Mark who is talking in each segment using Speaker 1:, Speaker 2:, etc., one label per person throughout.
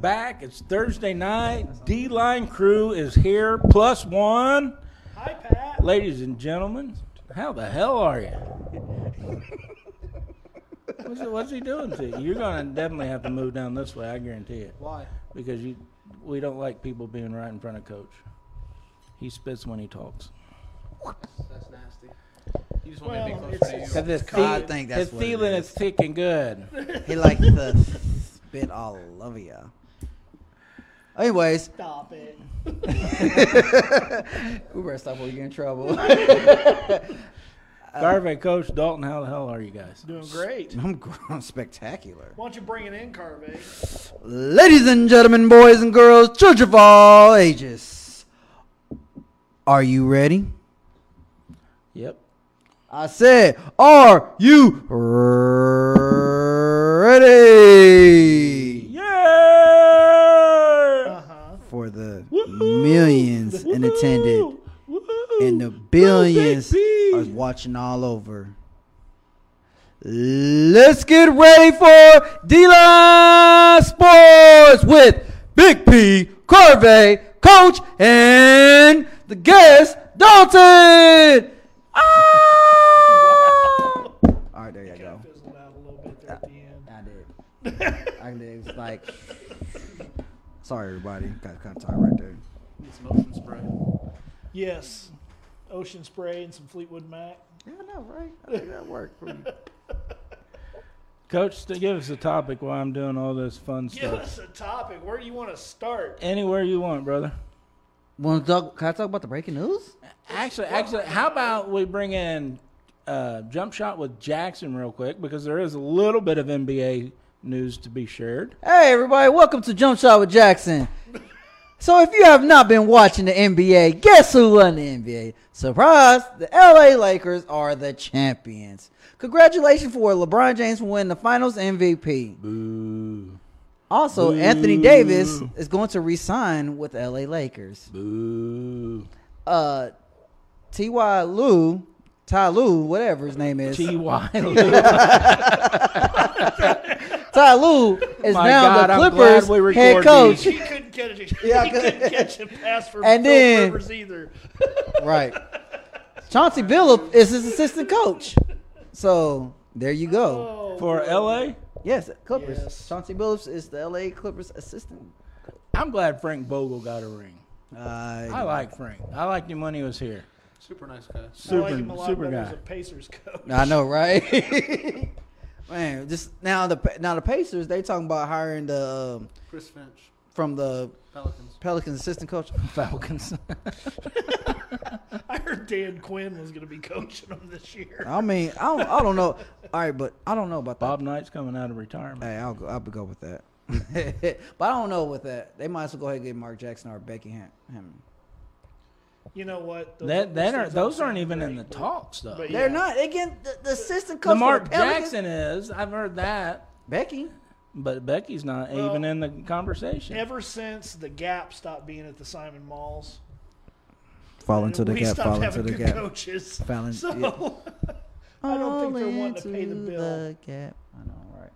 Speaker 1: back. It's Thursday night. D Line Crew is here, plus one.
Speaker 2: Hi, Pat.
Speaker 1: Ladies and gentlemen, how the hell are you? What's he, what's he doing to you? You're going to definitely have to move down this way, I guarantee it.
Speaker 2: Why?
Speaker 1: Because you, we don't like people being right in front of Coach. He spits when he talks.
Speaker 2: That's nasty.
Speaker 3: You just want me to
Speaker 2: Well,
Speaker 3: be
Speaker 2: it's-
Speaker 3: close to you.
Speaker 1: Because his,
Speaker 4: I
Speaker 1: thee-
Speaker 4: think that's
Speaker 1: his
Speaker 4: what it
Speaker 1: feeling
Speaker 4: is.
Speaker 1: is thick and good.
Speaker 4: He likes to spit all over you. Anyways,
Speaker 2: Stop it.
Speaker 4: we better stop or we get in trouble.
Speaker 1: Garvey, Coach Dalton, how the hell are you guys?
Speaker 2: Doing great.
Speaker 4: I'm, gr- I'm spectacular.
Speaker 2: Why don't you bring it in, Carvey?
Speaker 4: Ladies and gentlemen, boys and girls, children of all ages, are you ready?
Speaker 1: Yep.
Speaker 4: I said, are you ready
Speaker 1: Yeah!
Speaker 2: Uh huh.
Speaker 4: for the
Speaker 1: Woohoo!
Speaker 4: millions in attendance
Speaker 1: Woo! Woo!
Speaker 4: and the
Speaker 1: Woo, big
Speaker 4: billions
Speaker 1: B!
Speaker 4: are watching all over? Let's get ready for D-Line Sports with Big P, Carvey, Coach, and the guest, Dalton. Ah! All right, there you go.
Speaker 2: Kind of fizzled out a little bit there at the end.
Speaker 4: I did. I did. It was like, sorry, everybody. Got kind of tired right there.
Speaker 3: Need some ocean spray.
Speaker 2: Yes. Ocean spray and some Fleetwood Mac.
Speaker 4: Yeah, I know, right? I think that worked. for you.
Speaker 1: Coach, to give us a topic while I'm doing all this fun
Speaker 2: Give
Speaker 1: stuff.
Speaker 2: us a topic. Where do you want to start?
Speaker 1: Anywhere you want, brother.
Speaker 4: Want to talk? Can I talk about the breaking news?
Speaker 1: Actually, actually, how about we bring in uh, jump shot with Jackson real quick because there is a little bit of NBA news to be shared.
Speaker 4: Hey, everybody! Welcome to Jump Shot with Jackson. So, if you have not been watching the NBA, guess who won the NBA? Surprise! The LA Lakers are the champions. Congratulations for LeBron James for winning the Finals MVP.
Speaker 1: Boo,
Speaker 4: Also, Anthony
Speaker 1: Boo.
Speaker 4: Davis is going to re-sign with the LA Lakers.
Speaker 1: boo.
Speaker 4: uh T.Y. Lou, Ty Lou, whatever his name is.
Speaker 1: T Y.
Speaker 4: Ty Lou is
Speaker 1: My
Speaker 4: now
Speaker 1: God, I'm
Speaker 4: the Clippers
Speaker 1: glad we
Speaker 4: head
Speaker 1: record
Speaker 4: coach.
Speaker 2: She couldn't catch it.
Speaker 4: Yeah, I
Speaker 2: she couldn't catch a pass from
Speaker 4: And
Speaker 2: Phil
Speaker 4: then-
Speaker 2: Rivers either.
Speaker 4: right. Chauncey Billup is his assistant coach. So there you go.
Speaker 2: Oh,
Speaker 1: For LA,
Speaker 4: Yes, Clippers.
Speaker 2: Yes.
Speaker 4: Chauncey Billups is the L.A. Clippers assistant.
Speaker 1: I'm glad Frank Bogle got a ring. I
Speaker 4: Uh,
Speaker 1: like Frank. I liked him when he was here.
Speaker 3: Super nice guy.
Speaker 1: Super,
Speaker 2: I like him a lot
Speaker 1: super
Speaker 2: better
Speaker 1: guy.
Speaker 2: as a Pacers coach.
Speaker 4: I know, right? Man, just now the Pa- now the Pacers they talking about hiring the um,
Speaker 3: Chris Finch,
Speaker 4: from the
Speaker 3: Pelicans.
Speaker 4: Pelicans assistant coach.
Speaker 1: Falcons.
Speaker 2: I heard Dan Quinn was going to be coaching them this year.
Speaker 4: I mean, I don't, I don't know. All right, but I don't know about that.
Speaker 1: Bob Knight's coming out of retirement.
Speaker 4: Hey, I'll go. I'll go with that. but I don't know with that. They might as well go ahead and get Mark Jackson or Becky Ham. Ham.
Speaker 2: You know what? Those-
Speaker 1: That
Speaker 2: those
Speaker 1: that
Speaker 2: things
Speaker 1: aren't those
Speaker 2: sound
Speaker 1: aren't even
Speaker 2: great,
Speaker 1: in the
Speaker 2: but-
Speaker 1: talks though.
Speaker 2: but
Speaker 4: They're
Speaker 2: yeah.
Speaker 4: not. They get the, the assistant coach. for
Speaker 1: Lamar
Speaker 4: the Pelicans-
Speaker 1: Jackson is. I've heard that,
Speaker 4: Becky.
Speaker 1: but Becky's not
Speaker 2: Well,
Speaker 1: even in the conversation.
Speaker 2: Ever since the Gap stopped being at the Simon Malls,
Speaker 4: Fall
Speaker 2: we stopped having good coaches.
Speaker 4: Fall in-
Speaker 2: so I
Speaker 4: I
Speaker 2: don't think they're wanting to pay the bill.
Speaker 4: The gap. I know, right?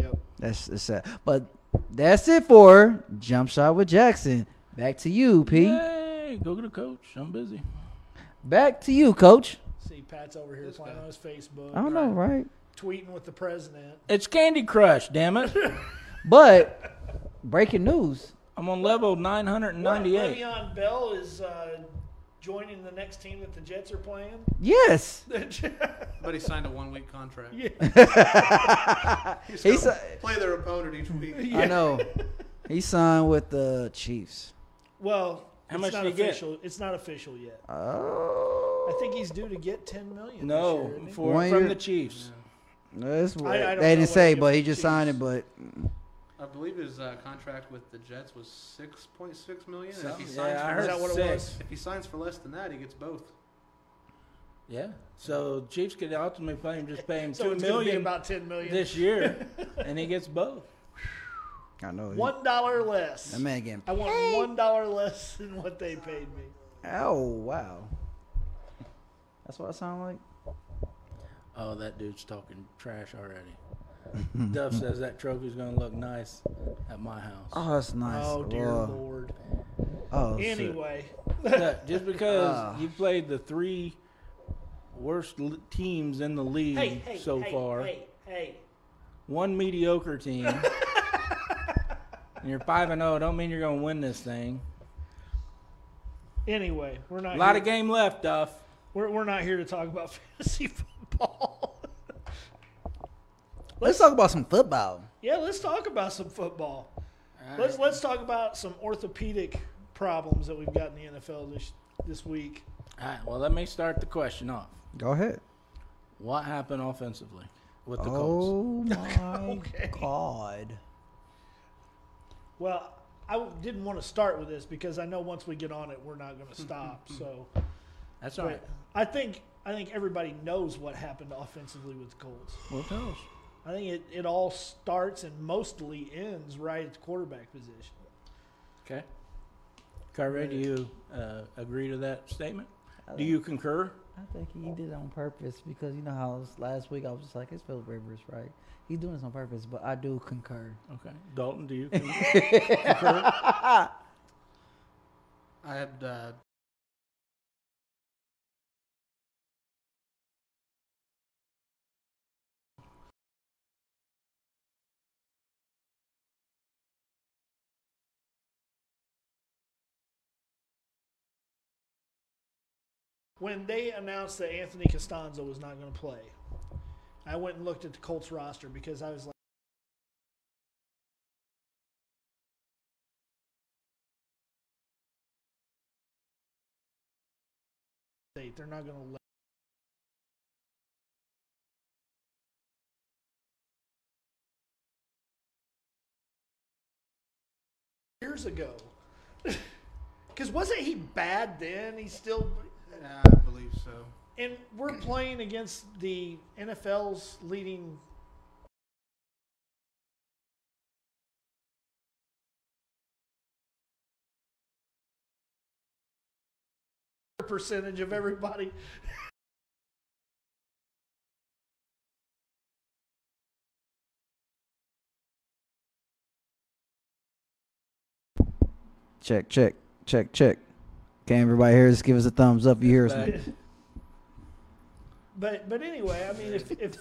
Speaker 2: Yep.
Speaker 4: That's it's sad. But that's it for jump shot with Jackson. Back to you, P.
Speaker 1: Hey, go get a coach. I'm busy.
Speaker 4: Back to you, Coach.
Speaker 2: See, Pat's over here
Speaker 3: This
Speaker 2: playing
Speaker 3: guy.
Speaker 2: on his Facebook,
Speaker 4: I don't know, right?
Speaker 2: tweeting with the president.
Speaker 1: It's Candy Crush, damn it.
Speaker 4: But breaking news.
Speaker 1: I'm on level 998.
Speaker 2: Le'Veon Bell is uh, joining the next team that the Jets are playing.
Speaker 4: Yes.
Speaker 3: But he signed a one week contract.
Speaker 2: Yeah.
Speaker 3: He's
Speaker 4: He
Speaker 3: he
Speaker 4: si-
Speaker 3: play their opponent each week.
Speaker 2: Yeah.
Speaker 4: I know. He signed with the Chiefs.
Speaker 2: Well,
Speaker 1: How
Speaker 2: it's
Speaker 1: much
Speaker 2: not
Speaker 1: did he get?
Speaker 2: official. It's not official yet.
Speaker 4: Oh.
Speaker 2: I think he's due to get ten million. this
Speaker 1: No,
Speaker 2: year, isn't he?
Speaker 1: for,
Speaker 4: One
Speaker 1: from
Speaker 4: year-
Speaker 1: the Chiefs.
Speaker 4: That's what,
Speaker 2: I don't
Speaker 4: they
Speaker 2: know
Speaker 4: didn't
Speaker 2: what
Speaker 4: say,
Speaker 2: he
Speaker 4: but he
Speaker 2: is.
Speaker 4: just signed it. But
Speaker 3: I believe his uh, contract with the Jets was six point six million. And if he
Speaker 1: Something.
Speaker 3: signs
Speaker 1: Yeah, I
Speaker 3: for
Speaker 1: heard
Speaker 2: Is that what it
Speaker 1: six.
Speaker 2: was?
Speaker 3: if he signs for less than that, he gets both.
Speaker 1: Yeah. So Chiefs could ultimately play him, just pay him
Speaker 2: So
Speaker 1: two
Speaker 2: it's going to be
Speaker 1: million
Speaker 2: about ten million.
Speaker 1: this year, and he gets both.
Speaker 4: I know he-
Speaker 2: One dollar less.
Speaker 4: that man getting.
Speaker 2: I want one dollar less than what they paid me.
Speaker 4: Oh wow, that's what I sound like.
Speaker 1: Oh, that dude's talking trash already. Duff says that trophy's going to look nice at my house.
Speaker 4: Oh, that's nice.
Speaker 2: Oh dear
Speaker 4: Whoa.
Speaker 2: lord.
Speaker 4: Oh, shit.
Speaker 2: Anyway,
Speaker 1: Look, just because
Speaker 4: Ah.
Speaker 1: you played the three worst l- teams in the league
Speaker 2: hey, hey,
Speaker 1: so
Speaker 2: hey,
Speaker 1: far,
Speaker 2: Hey, hey.
Speaker 1: one mediocre team, and you're five and zero, don't mean you're going to win this thing.
Speaker 2: Anyway, we're not
Speaker 1: A lot
Speaker 2: here.
Speaker 1: of game left, Duff.
Speaker 2: We're, we're not here to talk about fantasy football.
Speaker 4: Let's talk about some football.
Speaker 2: yeah, let's talk about some football. Let's let's talk about some orthopedic problems that we've got in the NFL this this week.
Speaker 1: All right, well, let me start the question off.
Speaker 4: Go ahead.
Speaker 1: What happened offensively with the Colts?
Speaker 4: Oh my
Speaker 2: Okay.
Speaker 4: god.
Speaker 2: Well, I didn't want to start with this because I know once we get on it, we're not going to stop. so,
Speaker 1: That's all right.
Speaker 2: but I think I think everybody knows what happened offensively with the Colts.
Speaker 1: Well, tell us.
Speaker 2: I think it, it all starts and mostly ends right at the quarterback position.
Speaker 1: Okay. Carve, do you uh, agree to that statement? Do you concur?
Speaker 4: I think he did it on purpose because you know how s- last week I was just like, it's Philip Rivers, right? He's doing this on purpose, but I do concur.
Speaker 1: Okay. Dalton, do you con- concur?
Speaker 3: I had uh,
Speaker 2: When they announced that Anthony Costanzo was not going to play, I went and looked at the Colts roster because I was like, They- they're not going to let. Years ago, because wasn't he bad then? He still
Speaker 3: yeah, I believe so.
Speaker 2: and we're playing against the NFL's leading. Percentage of everybody.
Speaker 4: Check, check, check, check. Okay, everybody hear us? Give us a thumbs up. You hear us?
Speaker 1: Back.
Speaker 4: now.
Speaker 2: But but anyway, I mean, if, if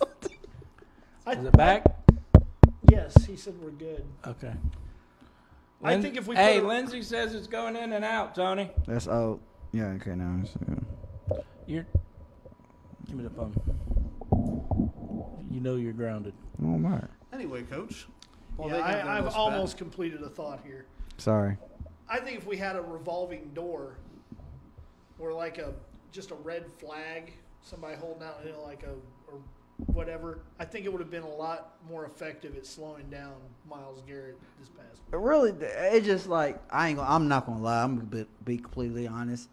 Speaker 2: I,
Speaker 1: Is it back?
Speaker 2: yes, he said we're good.
Speaker 1: Okay.
Speaker 2: I think if we
Speaker 1: hey,
Speaker 2: put a-
Speaker 1: Lindsay says it's going in and out, Tony.
Speaker 4: That's oh yeah. Okay, now. it's- uh, yeah.
Speaker 1: You're. Give me the phone. You know you're grounded.
Speaker 4: Oh my.
Speaker 3: Anyway, coach. Well,
Speaker 2: Yeah,
Speaker 3: they got their
Speaker 2: I, I've
Speaker 3: list
Speaker 2: almost
Speaker 3: back.
Speaker 2: completed a thought here.
Speaker 4: Sorry.
Speaker 2: I think if we had a revolving door, or like a just a red flag, somebody holding out you know, like a or whatever, I think it would have been a lot more effective at slowing down Miles Garrett this past. week.
Speaker 4: Really, th- it's just like I ain't. Gonna, I'm not gonna lie. I'm gonna be, be completely honest.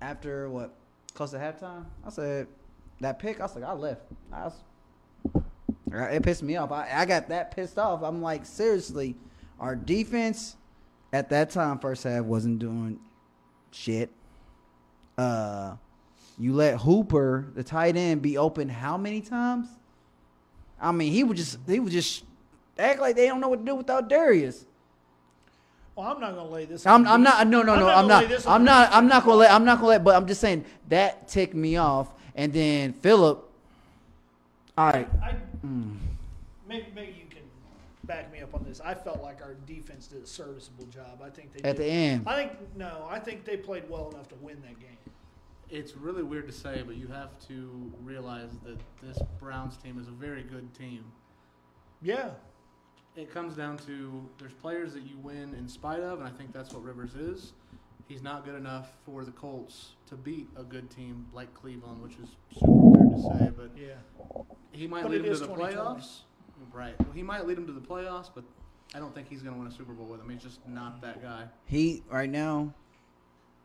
Speaker 4: After what, close to halftime, I said that pick. I was like, I left. I was, I- it pissed me off. I, I got that pissed off. I'm like, seriously, our defense at that time, first half, wasn't doing shit. Uh, you let Hooper, the tight end, be open how many times? I mean, he would just he would just act like they don't know what to do without Darius.
Speaker 2: Well, I'm not gonna lay this. on
Speaker 4: I'm,
Speaker 2: the
Speaker 4: I'm
Speaker 2: defense.
Speaker 4: not. No, no,
Speaker 2: I'm
Speaker 4: no.
Speaker 2: not
Speaker 4: I'm
Speaker 2: gonna
Speaker 4: not.
Speaker 2: lay this on
Speaker 4: I'm
Speaker 2: the
Speaker 4: not.
Speaker 2: defense.
Speaker 4: I'm not gonna let. I'm not gonna let. But I'm just saying that ticked me off. And then Philip. All right.
Speaker 2: I,
Speaker 4: Hmm.
Speaker 2: maybe, maybe you can back me up on this. I felt like our defense did a serviceable job. I think they
Speaker 4: At
Speaker 2: did-
Speaker 4: the end.
Speaker 2: I think no. I think they played well enough to win that game.
Speaker 3: It's really weird to say, but you have to realize that this Browns team is a very good team.
Speaker 2: Yeah.
Speaker 3: It comes down to there's players that you win in spite of, and I think that's what Rivers is. He's not good enough for the Colts to beat a good team like Cleveland, which is super weird to say, but
Speaker 2: Yeah.
Speaker 3: he might
Speaker 2: But
Speaker 3: lead
Speaker 2: it
Speaker 3: him
Speaker 2: is
Speaker 3: to the
Speaker 2: 2020.
Speaker 3: playoffs. Right. Well, he might lead him to the playoffs, but I don't think he's going to win a Super Bowl with him. He's just not that guy.
Speaker 4: He right now.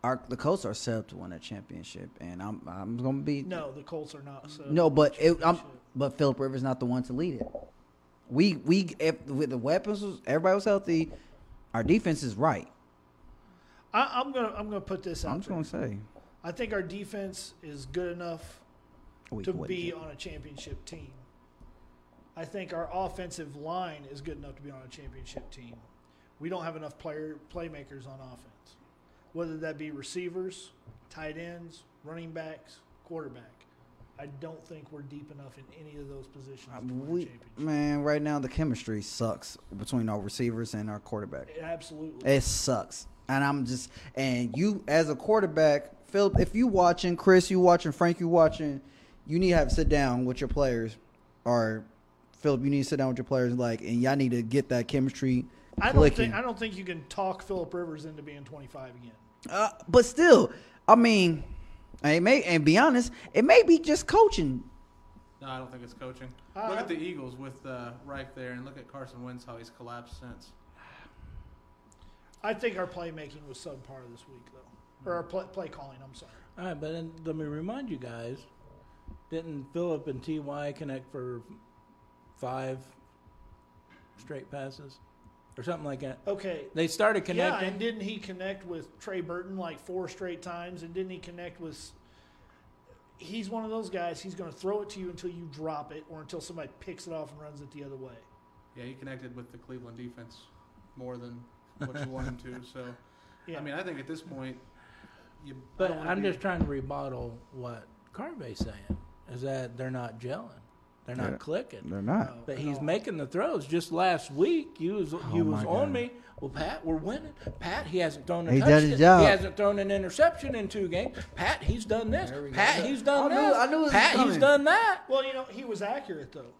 Speaker 4: Our the Colts are set up to win a championship, and I'm I'm gonna be
Speaker 2: No, the Colts are not. So
Speaker 4: No, but it, I'm, but Philip Rivers not the one to lead it. We we if with the weapons, was- everybody was healthy. Our defense is right.
Speaker 2: I, I'm gonna I'm gonna put this out.
Speaker 4: I'm just
Speaker 2: there.
Speaker 4: gonna say.
Speaker 2: I think our defense is good enough
Speaker 4: We
Speaker 2: to
Speaker 4: wouldn't
Speaker 2: be
Speaker 4: get-
Speaker 2: on a championship team. I think our offensive line is good enough to be on a championship team. We don't have enough player playmakers on offense, whether that be receivers, tight ends, running backs, quarterback. I don't think we're deep enough in any of those positions to win a
Speaker 4: Uh, We,
Speaker 2: championship.
Speaker 4: man, right now the chemistry sucks between our receivers and our quarterback.
Speaker 2: Absolutely.
Speaker 4: It sucks. And I'm just and you as a quarterback, Philip, if you watching, Chris, you watching, Frank, you watching, you need to have a sit down with your players. Or Philip, you need to sit down with your players like and y'all need to get that chemistry
Speaker 2: I don't
Speaker 4: clicking.
Speaker 2: think I don't think you can talk Philip Rivers into being 25 again.
Speaker 4: Uh, but still, I mean, and it may and be honest, it may be just coaching.
Speaker 3: No, I don't think it's coaching.
Speaker 2: Uh,
Speaker 3: look at the Eagles with uh, Reich there, and look at Carson Wentz how he's collapsed since.
Speaker 2: I think our playmaking was subpar this week though, or our play, play calling. I'm sorry.
Speaker 1: All right, but then let me remind you guys: didn't Philip and Ty connect for five straight passes or something like that?
Speaker 2: Okay.
Speaker 1: They started
Speaker 2: Yeah,
Speaker 1: connecting.
Speaker 2: and didn't he connect with Trey Burton like four straight times? And didn't he connect with? He's one of those guys. He's going to throw it to you until you drop it, or until somebody picks it off and runs it the other way.
Speaker 3: Yeah, he connected with the Cleveland defense more than what you want him to. So,
Speaker 2: Yeah.
Speaker 3: I mean, I think at this point, you. I
Speaker 1: but
Speaker 3: don't wanna
Speaker 1: I'm
Speaker 3: be-
Speaker 1: just trying to rebuttal what Carvey's saying: is that they're not gelling, they're not
Speaker 4: Yeah.
Speaker 1: clicking.
Speaker 4: They're not.
Speaker 2: No,
Speaker 1: But
Speaker 2: at
Speaker 1: he's
Speaker 2: all.
Speaker 1: making the throws. Just last week, you was you was on
Speaker 4: Oh my God.
Speaker 1: me. Well, Pat, we're winning. Pat, he hasn't thrown a
Speaker 4: He
Speaker 1: touchdown.
Speaker 4: done his job.
Speaker 1: He hasn't thrown an interception in two games. Pat, he's done this.
Speaker 4: There we go.
Speaker 1: Pat, he's done
Speaker 4: I knew-
Speaker 1: this.
Speaker 4: I knew it was
Speaker 1: Pat, he's
Speaker 4: coming.
Speaker 1: done that.
Speaker 2: Well, you know, he was accurate though.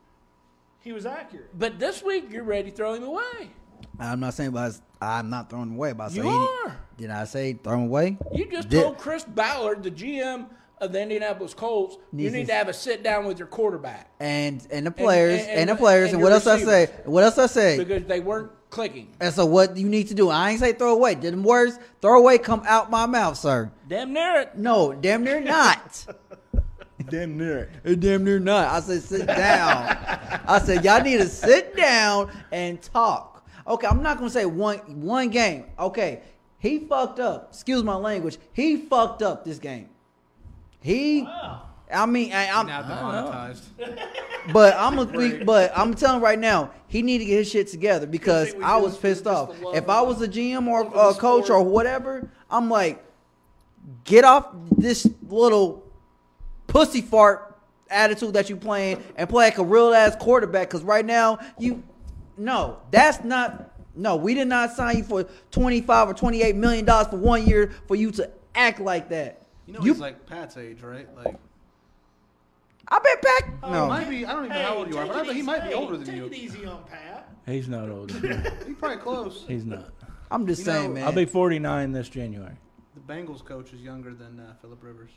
Speaker 2: He was accurate.
Speaker 1: But this week, you're ready to throw him away.
Speaker 4: I'm not saying about I'm not throwing him away. But I say
Speaker 1: You
Speaker 4: he-
Speaker 1: are.
Speaker 4: Did I say throw him away?
Speaker 1: You just
Speaker 4: Did-
Speaker 1: told Chris Ballard, the GM of the Indianapolis Colts, you
Speaker 4: Needs
Speaker 1: need
Speaker 4: to-
Speaker 1: to have a sit down with your quarterback
Speaker 4: and and the players and,
Speaker 1: and-
Speaker 4: the players and,
Speaker 1: and
Speaker 4: what
Speaker 1: your
Speaker 4: else I say?
Speaker 1: receivers.
Speaker 4: What else I say?
Speaker 1: because they weren't clicking.
Speaker 4: And so what you need to do? I ain't say throw away. Did them words throw away come out my mouth, sir?
Speaker 1: Damn near it.
Speaker 4: No, damn near not.
Speaker 1: Damn near it.
Speaker 4: Uh, damn near not. I said sit down. I said y'all need to sit down and talk. Okay, I'm not gonna say one one game. Okay, he fucked up. Excuse my language. He fucked up this game. He. I mean, I, I'm
Speaker 3: now demonetized.
Speaker 4: But I'm gonna think, but I'm telling you right now, he need to get his shit together because
Speaker 2: Good thing we
Speaker 4: I
Speaker 2: do
Speaker 4: was
Speaker 2: this
Speaker 4: pissed
Speaker 2: for just
Speaker 4: off.
Speaker 2: the love
Speaker 4: If
Speaker 2: of
Speaker 4: I was a GM or
Speaker 2: of
Speaker 4: a
Speaker 2: the
Speaker 4: coach or
Speaker 2: sport.
Speaker 4: whatever, I'm like, get off this little pussy fart attitude that you playing and play like a real ass quarterback. Because right now, you no, that's not no. We did not sign you for 25 or 28 million dollars for one year for you to act like that.
Speaker 3: You know,
Speaker 4: You-
Speaker 3: he's like Pat's age, right? Like,
Speaker 4: I bet back
Speaker 2: Oh
Speaker 4: no.
Speaker 3: he might be. I don't even know how old you are,
Speaker 2: take
Speaker 3: but I
Speaker 2: it
Speaker 3: think he
Speaker 2: easy-
Speaker 3: might be
Speaker 2: hey,
Speaker 3: older than
Speaker 2: take it
Speaker 3: you.
Speaker 2: easy on Pat.
Speaker 1: He's not old.
Speaker 3: He's probably close.
Speaker 1: He's not.
Speaker 4: I'm just
Speaker 3: You know,
Speaker 4: saying, man.
Speaker 1: I'll be 49 this January,
Speaker 3: The Bengals coach is younger than uh, Philip Rivers,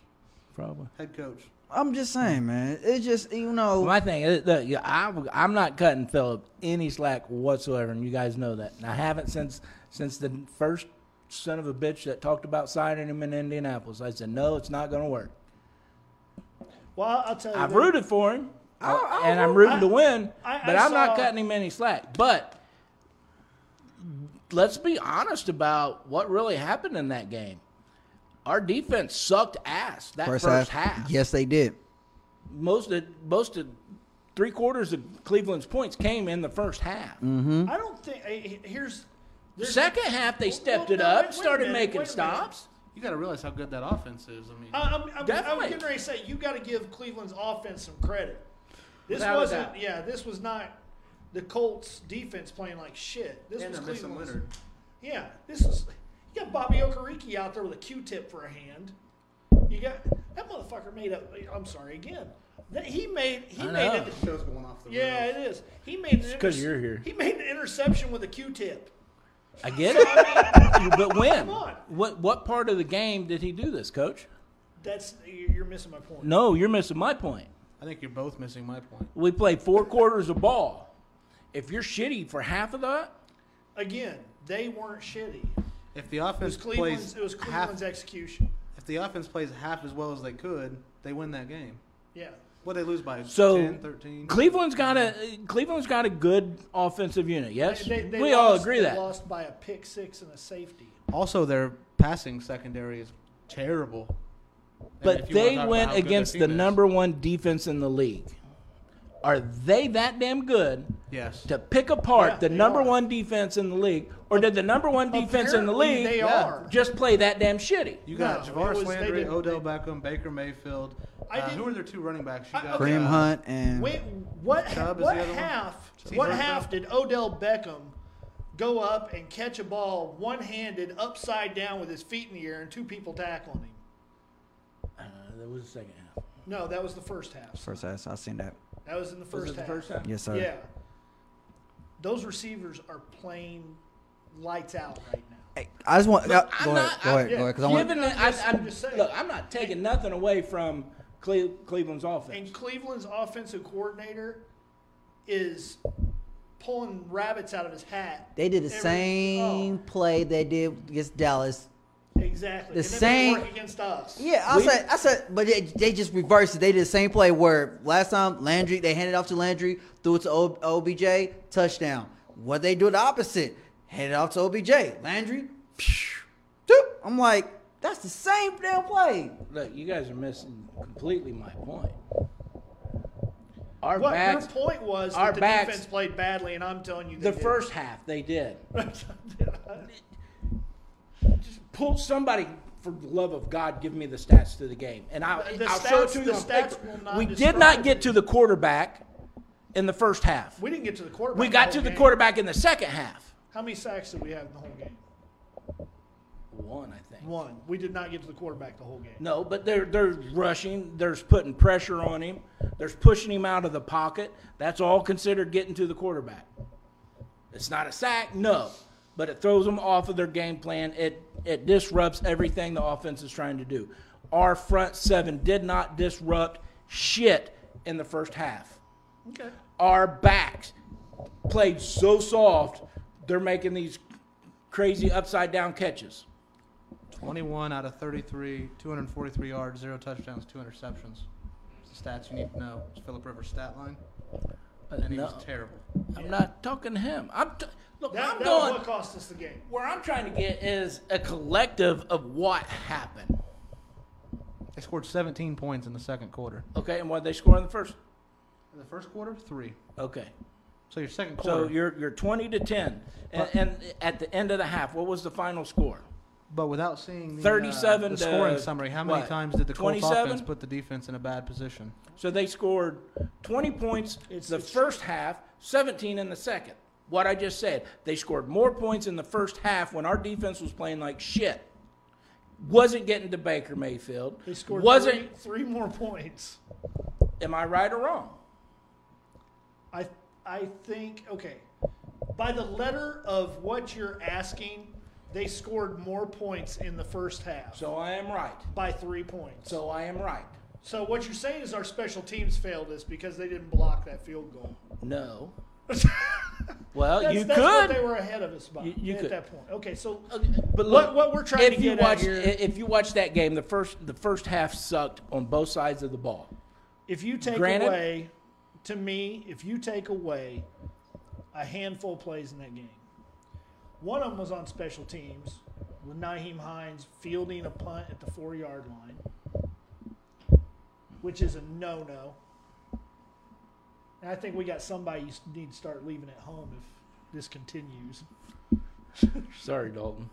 Speaker 1: probably.
Speaker 3: head coach.
Speaker 4: I'm just saying, man. It's just you know,
Speaker 1: My thing is, look, yeah, I, I'm not cutting Philip any slack whatsoever, and you guys know that. And I haven't since since the first son of a bitch that talked about signing him in Indianapolis. I said, no, it's not going to work.
Speaker 2: Well, I'll tell you.
Speaker 1: I've
Speaker 2: what.
Speaker 1: rooted for him,
Speaker 4: I- I
Speaker 1: and I'm
Speaker 4: root-
Speaker 1: rooting to win,
Speaker 2: Oh, I- I
Speaker 1: but I'm
Speaker 2: saw-
Speaker 1: not cutting him any slack. But let's be honest about what really happened in that game. Our defense sucked ass that first, half.
Speaker 4: Yes, they did.
Speaker 1: most of most of three quarters of Cleveland's points came in the first half.
Speaker 2: I don't think. eh, Here's. there's-
Speaker 1: Mm-hmm. Second half they
Speaker 2: Well,
Speaker 1: stepped
Speaker 2: well,
Speaker 1: it
Speaker 2: no,
Speaker 1: up,
Speaker 2: wait- wait a
Speaker 1: started
Speaker 2: minute,
Speaker 1: making
Speaker 2: wait a minute.
Speaker 1: stops.
Speaker 3: You got to realize how good that offense is. I mean,
Speaker 2: I- I'm, I'm, I'm
Speaker 1: Definitely.
Speaker 2: getting ready to say you got to give Cleveland's offense some credit. This
Speaker 1: Without a
Speaker 2: wasn't.
Speaker 1: doubt.
Speaker 2: Yeah, this was not the Colts defense playing like shit. This
Speaker 3: and
Speaker 2: was
Speaker 3: they're missing
Speaker 2: Cleveland's.
Speaker 3: Leonard.
Speaker 2: Yeah, this is. You got Bobby Okereke out there with a Q-tip for a hand. You got that motherfucker made a. I'm sorry again. That he made. He
Speaker 1: I
Speaker 2: made
Speaker 1: know.
Speaker 2: it.
Speaker 3: Show's going off the
Speaker 2: Yeah,
Speaker 3: rails.
Speaker 2: it is. He made. an
Speaker 1: 'cause
Speaker 2: interce-
Speaker 1: you're here.
Speaker 2: He made an interception with a Q-tip.
Speaker 1: I get it, but when?
Speaker 2: Come on.
Speaker 1: What what part of the game did he do this, Coach?
Speaker 2: That's you're missing my point.
Speaker 1: No, you're missing my point.
Speaker 3: I think you're both missing my point.
Speaker 1: We played four quarters of ball. If you're shitty for half of that,
Speaker 2: Again, they weren't shitty.
Speaker 3: If the
Speaker 2: It was
Speaker 3: offense
Speaker 2: Cleveland's.
Speaker 3: plays
Speaker 2: It was
Speaker 3: half,
Speaker 2: Cleveland's execution.
Speaker 3: if the offense plays half as well as they could, they win that game.
Speaker 2: Yeah.
Speaker 3: What they lose by
Speaker 1: So,
Speaker 3: 10, 13?
Speaker 1: Cleveland's got a Cleveland's got a good offensive unit. Yes,
Speaker 2: They- they
Speaker 1: we all
Speaker 2: lost-
Speaker 1: agree
Speaker 2: they
Speaker 1: that.
Speaker 2: lost by a pick six and a safety.
Speaker 3: Also, their passing secondary is terrible. And
Speaker 1: But
Speaker 3: if you wanna
Speaker 1: they
Speaker 3: talk about
Speaker 1: went
Speaker 3: how good their
Speaker 1: against the
Speaker 3: team is,
Speaker 1: number one defense in the league. are they that damn good
Speaker 3: Yes.
Speaker 1: to pick apart
Speaker 2: Yeah,
Speaker 1: the
Speaker 2: they
Speaker 1: number
Speaker 2: are.
Speaker 1: one defense in the league, or did the number one defense in the league
Speaker 2: Apparently they are.
Speaker 1: just play that damn shitty?
Speaker 3: You got
Speaker 2: No, it
Speaker 3: Javaris
Speaker 2: was- they
Speaker 3: Landry,
Speaker 2: didn't-
Speaker 3: Odell Beckham, Baker Mayfield.
Speaker 2: I
Speaker 3: Uh, who
Speaker 2: didn't-
Speaker 3: are their two running backs? You
Speaker 2: I-
Speaker 3: got
Speaker 4: Kareem
Speaker 2: Yeah.
Speaker 4: Hunt and
Speaker 2: Wait, what?
Speaker 3: Chubb is
Speaker 2: what
Speaker 3: the other one?
Speaker 2: half?
Speaker 3: Chubb.
Speaker 2: What
Speaker 3: Chubb.
Speaker 2: half did Odell Beckham go up and catch a ball one-handed, upside down, with his feet in the air, and two people tackling him?
Speaker 1: Uh, that was the second half.
Speaker 2: No, that was the first half.
Speaker 4: first ass. I seen that.
Speaker 2: That was in the
Speaker 1: Was
Speaker 2: first
Speaker 1: it the
Speaker 2: half.
Speaker 1: first half?
Speaker 4: Yes, sir.
Speaker 2: Yeah. Those receivers are playing lights out right now.
Speaker 4: Hey, I just want.
Speaker 1: Look,
Speaker 4: uh,
Speaker 1: I'm
Speaker 4: go, ahead,
Speaker 1: not-
Speaker 4: go
Speaker 1: I'm-
Speaker 4: ahead. Go
Speaker 2: yeah,
Speaker 4: ahead. Because I
Speaker 2: you
Speaker 4: want.
Speaker 1: Given that, I,
Speaker 2: Just-
Speaker 1: I'm,
Speaker 2: just saying.
Speaker 1: look, I'm not taking nothing away from Cle- Cleveland's
Speaker 2: And
Speaker 1: offense.
Speaker 2: Cleveland's offensive coordinator is pulling rabbits out of his hat.
Speaker 4: They did the
Speaker 2: Every-
Speaker 4: same
Speaker 1: Oh.
Speaker 4: play they did against Dallas.
Speaker 2: oh, exactly.
Speaker 4: the
Speaker 2: and then they work
Speaker 4: same-
Speaker 2: against us.
Speaker 4: Yeah, I
Speaker 1: We-
Speaker 4: said, I said, but they, they just reversed it. They did the same play where last time Landry, they handed off to Landry, threw it to O- OBJ, touchdown. What they do the opposite, handed off to OBJ, Landry, phew, doop. I'm like, that's the same damn play.
Speaker 1: Look, you guys are missing completely my point. Our
Speaker 2: What
Speaker 1: backs,
Speaker 2: your point was
Speaker 1: our
Speaker 2: that the
Speaker 1: backs-
Speaker 2: defense played badly, and I'm telling you, they
Speaker 1: the
Speaker 2: did.
Speaker 1: first half, they did. Just pull somebody. For the love of God, give me the stats to the game, and I,
Speaker 2: The
Speaker 1: I'll show it
Speaker 2: stats-
Speaker 1: to you.
Speaker 2: the
Speaker 1: on
Speaker 2: stats
Speaker 1: paper.
Speaker 2: will not
Speaker 1: we did not
Speaker 2: describe
Speaker 1: get
Speaker 2: it.
Speaker 1: to the quarterback in the first half.
Speaker 2: we didn't get to the quarterback.
Speaker 1: We got
Speaker 2: whole
Speaker 1: to the
Speaker 2: game.
Speaker 1: quarterback in the second half.
Speaker 2: How many sacks did we have in the whole game?
Speaker 1: One, I think.
Speaker 2: One. We did not get to the quarterback the whole game.
Speaker 1: No, but they're they're rushing. There's putting pressure on him. There's pushing him out of the pocket. That's all considered getting to the quarterback. It's not a sack, no, but it throws them off of their game plan. It it disrupts everything the offense is trying to do. Our front seven did not disrupt shit in the first half.
Speaker 2: Okay.
Speaker 1: Our backs played so soft. They're making these crazy upside down catches.
Speaker 3: 21 out of 33, 243 yards, zero touchdowns, two interceptions. It's the stats you need to know. It's Philip Rivers' stat line, and he
Speaker 1: No.
Speaker 3: was terrible.
Speaker 1: I'm not talking to him. I'm t- look.
Speaker 2: That,
Speaker 1: I'm
Speaker 2: that
Speaker 1: going.
Speaker 2: was what cost us the game.
Speaker 1: Where I'm trying to get is a collective of what happened.
Speaker 3: They scored 17 points in the second quarter.
Speaker 1: Okay, and what they score in the first.
Speaker 3: In the first quarter, three.
Speaker 1: Okay,
Speaker 3: So your second quarter.
Speaker 1: so you're you're 20 to 10, and,
Speaker 3: But-
Speaker 1: and at the end of the half, what was the final score?
Speaker 3: but without seeing the, uh,
Speaker 1: 37
Speaker 3: the
Speaker 1: to-
Speaker 3: scoring summary, how many
Speaker 1: what,
Speaker 3: times did the Colts
Speaker 1: 27?
Speaker 3: offense put the defense in a bad position?
Speaker 1: So they scored 20 points
Speaker 2: It's-
Speaker 1: the
Speaker 2: it's-
Speaker 1: first half, 17 in the second. What I just said, they scored more points in the first half when our defense was playing like shit. Wasn't getting to Baker Mayfield.
Speaker 2: They scored
Speaker 1: Wasn't.
Speaker 2: three, three more points.
Speaker 1: Am I right or wrong?
Speaker 2: I I think okay. By the letter of what you're asking, they scored more points in the first half
Speaker 1: So I am right.
Speaker 2: by three points.
Speaker 1: So I am right.
Speaker 2: So what you're saying is our special teams failed us because they didn't block that field goal.
Speaker 1: No.
Speaker 2: that's
Speaker 1: Well, you
Speaker 2: that's
Speaker 1: could.
Speaker 2: what they were ahead of us by
Speaker 1: You- you
Speaker 2: at
Speaker 1: could.
Speaker 2: that point. Okay, so
Speaker 1: But
Speaker 2: What-
Speaker 1: look,
Speaker 2: what we're trying
Speaker 1: if
Speaker 2: to
Speaker 1: you
Speaker 2: get at
Speaker 1: watch,
Speaker 2: here-
Speaker 1: if you watch that game, the first the first half sucked on both sides of the ball.
Speaker 2: if you take
Speaker 1: Granted-
Speaker 2: away to me, if you take away a handful of plays in that game, one of them was on special teams with Naheem Hines fielding a punt at the four yard line, which is a no no. And I think we got somebody you s- need to start leaving at home if this continues.
Speaker 1: Sorry, Dalton.